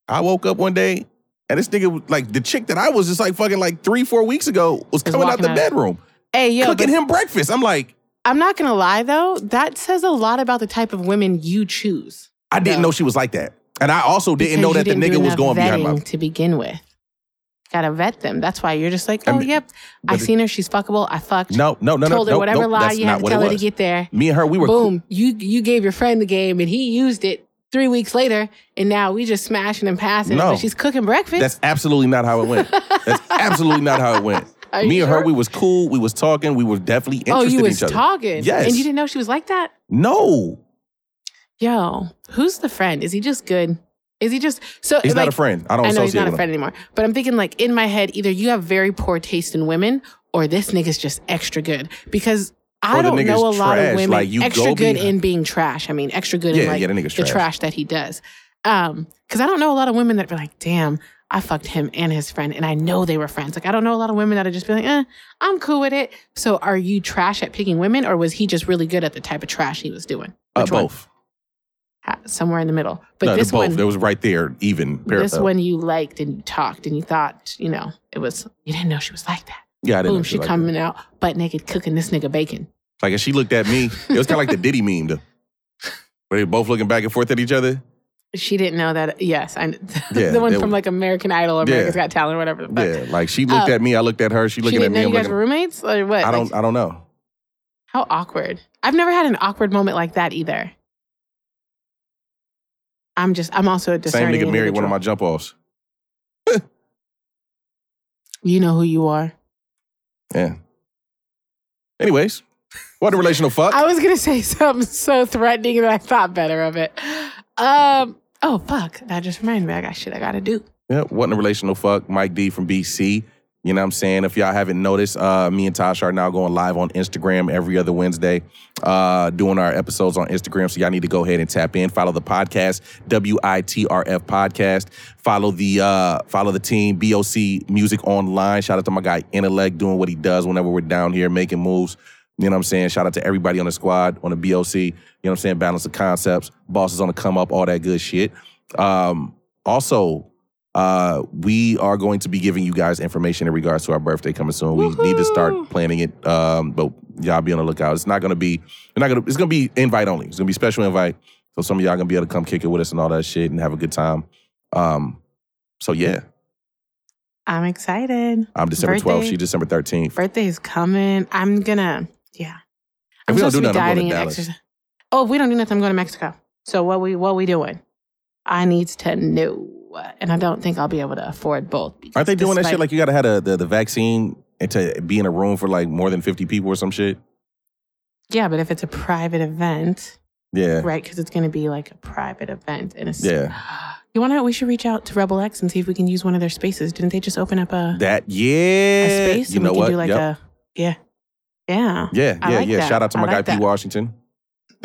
I woke up one day and this nigga was- like the chick that I was just like fucking like three four weeks ago was coming out
walking
the
out.
bedroom
hey yo,
cooking
but
him breakfast. I'm like
I'm not gonna lie though. That says a lot about the type of women you choose.
I didn't
No.
know she was like that, and I also didn't
Because
know
you
that the
didn't do
nigga was
enough
going behind my.
vetting to begin with. Gotta vet them. That's why you're just like, oh
I mean,
yep, I
but-
seen her. She's fuckable. I fucked.
No, no, no, no.
told her
no,
whatever
no,
lie
that's
you
not
had to
what it
tell her to
was.
get there.
Me and her, we were cool.
Boom. You you gave your friend the game and he used it three weeks later, and now we just smashing and passing.
No.
but she's cooking breakfast.
That's absolutely not how it went. That's absolutely not how it went.
Are
Me
you
and her,
sure?
we was cool. We was talking. We were definitely interested
oh, you
in
was
each other.
talking.
Yes.
and you didn't know she was like that.
no,
Yo, who's the friend? Is he just good? Is he just so?
he's
like,
not a friend. I don't
I know
associate
he's not a
with him.
friend anymore. But I'm thinking, like, in my head, either you have very poor taste in women or this nigga's just extra good. Because I
Or the
don't
nigga's
know a lot of
trash.
women
Like, you
extra
go
good
behind-
in being trash. I mean, extra good in
Yeah,
like
yeah, the nigga's
the
trash.
trash that he does. Um, because I don't know a lot of women that be like, damn, I fucked him and his friend, and I know they were friends. Like, I don't know a lot of women that would just be like, eh, I'm cool with it. So are you trash at picking women, or was he just really good at the type of trash he was doing?
Uh,
Which one?
both.
Ha- Somewhere in the middle. But
no,
this
both.
one
it was right there, even. Pair,
this
uh,
one you liked and you talked and you thought, you know, it was you didn't know she was like that.
Yeah, I didn't.
Boom,
know
she
like
coming out butt naked cooking this nigga bacon.
that. Like, if she looked at me, it was kind of like the Diddy meme, though. Where they both looking back and forth at each other.
She didn't know that. Yes, I,
Yeah,
the one
they
from
were-
like American Idol, or
Yeah.
America's Got Talent, or whatever. the fuck.
Yeah, like she looked
Uh,
at me, I looked at her. She
she
looking at
didn't
me,
know
I'm
you guys
looking.
were roommates or what?
I
Like,
don't. I don't know.
how awkward. I've never had an awkward moment like that either. I'm just I'm also a
Same
discerning
nigga married one of
individual.
my jump offs.
You know who you are.
Yeah. Anyways, what the relational fuck?
I was gonna say something so threatening that I thought better of it. Um. Oh fuck! That just reminded me. I got shit I gotta do.
Yeah, wasn't a relational fuck. Mike D from BC. You know what I'm saying? If y'all haven't noticed, uh, me and Tasha are now going live on Instagram every other Wednesday, uh, doing our episodes on Instagram. So y'all need to go ahead and tap in. Follow the podcast, WITRF Podcast. Follow the uh, follow the team, BOC Music Online. Shout out to my guy Intellect doing what he does whenever we're down here making moves. You know what I'm saying? Shout out to everybody on the squad, on the BOC. You know what I'm saying? Balance the concepts, bosses on the come up, all that good shit. Um, also, uh, we are going to be giving you guys information in regards to our birthday coming soon. We need to start
Woohoo!
planning it. Um, but y'all be on the lookout. It's not gonna be. We're not gonna. It's gonna be invite only. It's gonna be special invite. So some of y'all gonna be able to come kick it with us and all that shit and have a good time. Um, so yeah,
I'm excited.
I'm December 12th.
Birthday.
She December 13th.
Birthday is coming. I'm gonna. Yeah.
If we don't do
supposed to
nothing,
be
I'm going to
dieting and
Dallas.
exerci- Oh, if we don't do nothing, I'm going to Mexico. So what we what we doing? I need to know, and I don't think I'll be able to afford both.
Aren't they doing that shit
despite-
like you gotta have a, the the vaccine and to be in a room for like more than 50 people or some shit?
Yeah, but if it's a private event,
Yeah,
right? Because it's going to be like a private event, and it's
yeah.
You want to? We should reach out to Rebel X and see if we can use one of their spaces. Didn't they just open up a,
That
a
yeah.
space?
You
and
know
we can
what?
do like
Yep.
a yeah, yeah.
Yeah,
I
yeah,
like
yeah.
that.
Shout out to my
I like
guy P
that.
Washington,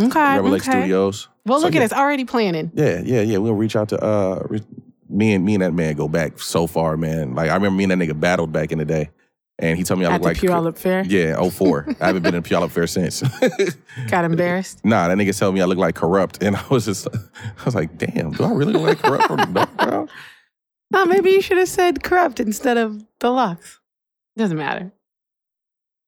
Okay,
Rebel X
okay.
Studios.
Well,
So,
look
yeah.
at us already planning.
Yeah, yeah, yeah. We'll reach out to uh re- me and me and that man go back so far, man. Like I remember me and that nigga battled back in the day, and he told me I
At
look
the
like
Pure Olive Fair,
yeah, 04. I haven't been in Puyallup Fair since.
got embarrassed.
nah, that nigga told me I look like corrupt, and I was just, I was like, damn, do I really look like corrupt from the background?
Oh, maybe you should have said corrupt instead of deluxe. Doesn't matter.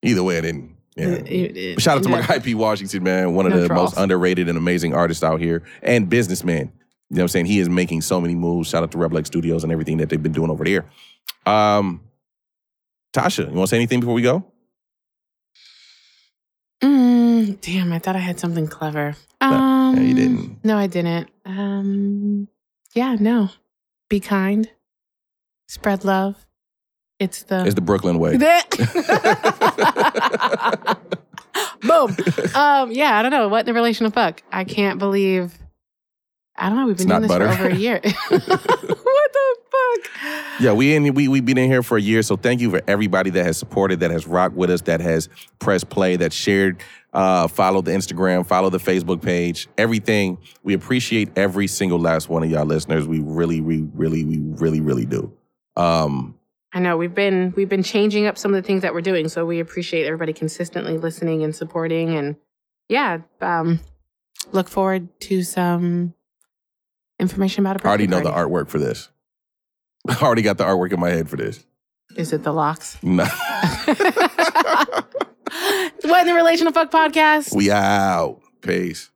Either way, I didn't. Yeah.
It- it-
Shout out to
it-
my guy P. Washington, man, one of
No
the
draws.
most underrated and amazing artists out here and businessman. You know what I'm saying? He is making so many moves. Shout out to Reblex Studios and everything that they've been doing over there. Um, Tasha, you want to say anything before we go?
Mm, damn, I thought I had something clever. Um,
no, you didn't.
No, I didn't. Um, yeah, no. Be kind. Spread love. It's the.
It's the Brooklyn way.
That- Boom. Um, yeah, I don't know. What in the relational fuck? I can't believe. I don't know. We've been
It's not
doing
butter.
this for over a year. what the fuck?
Yeah, we in we we been in here for a year, so thank you for everybody that has supported, that has rocked with us, that has pressed play, that shared, uh, followed the Instagram, followed the Facebook page, everything. We appreciate every single last one of y'all listeners. We really, we really, we really, really do. Um,
I know we've been we've been changing up some of the things that we're doing, so we appreciate everybody consistently listening and supporting, and yeah, um, look forward to some information about a.
I already know
birthday
the
party.
artwork for this. I already got the artwork in my head for this.
Is it the locks?
No.
what in the relational fuck podcast?
we out. Peace.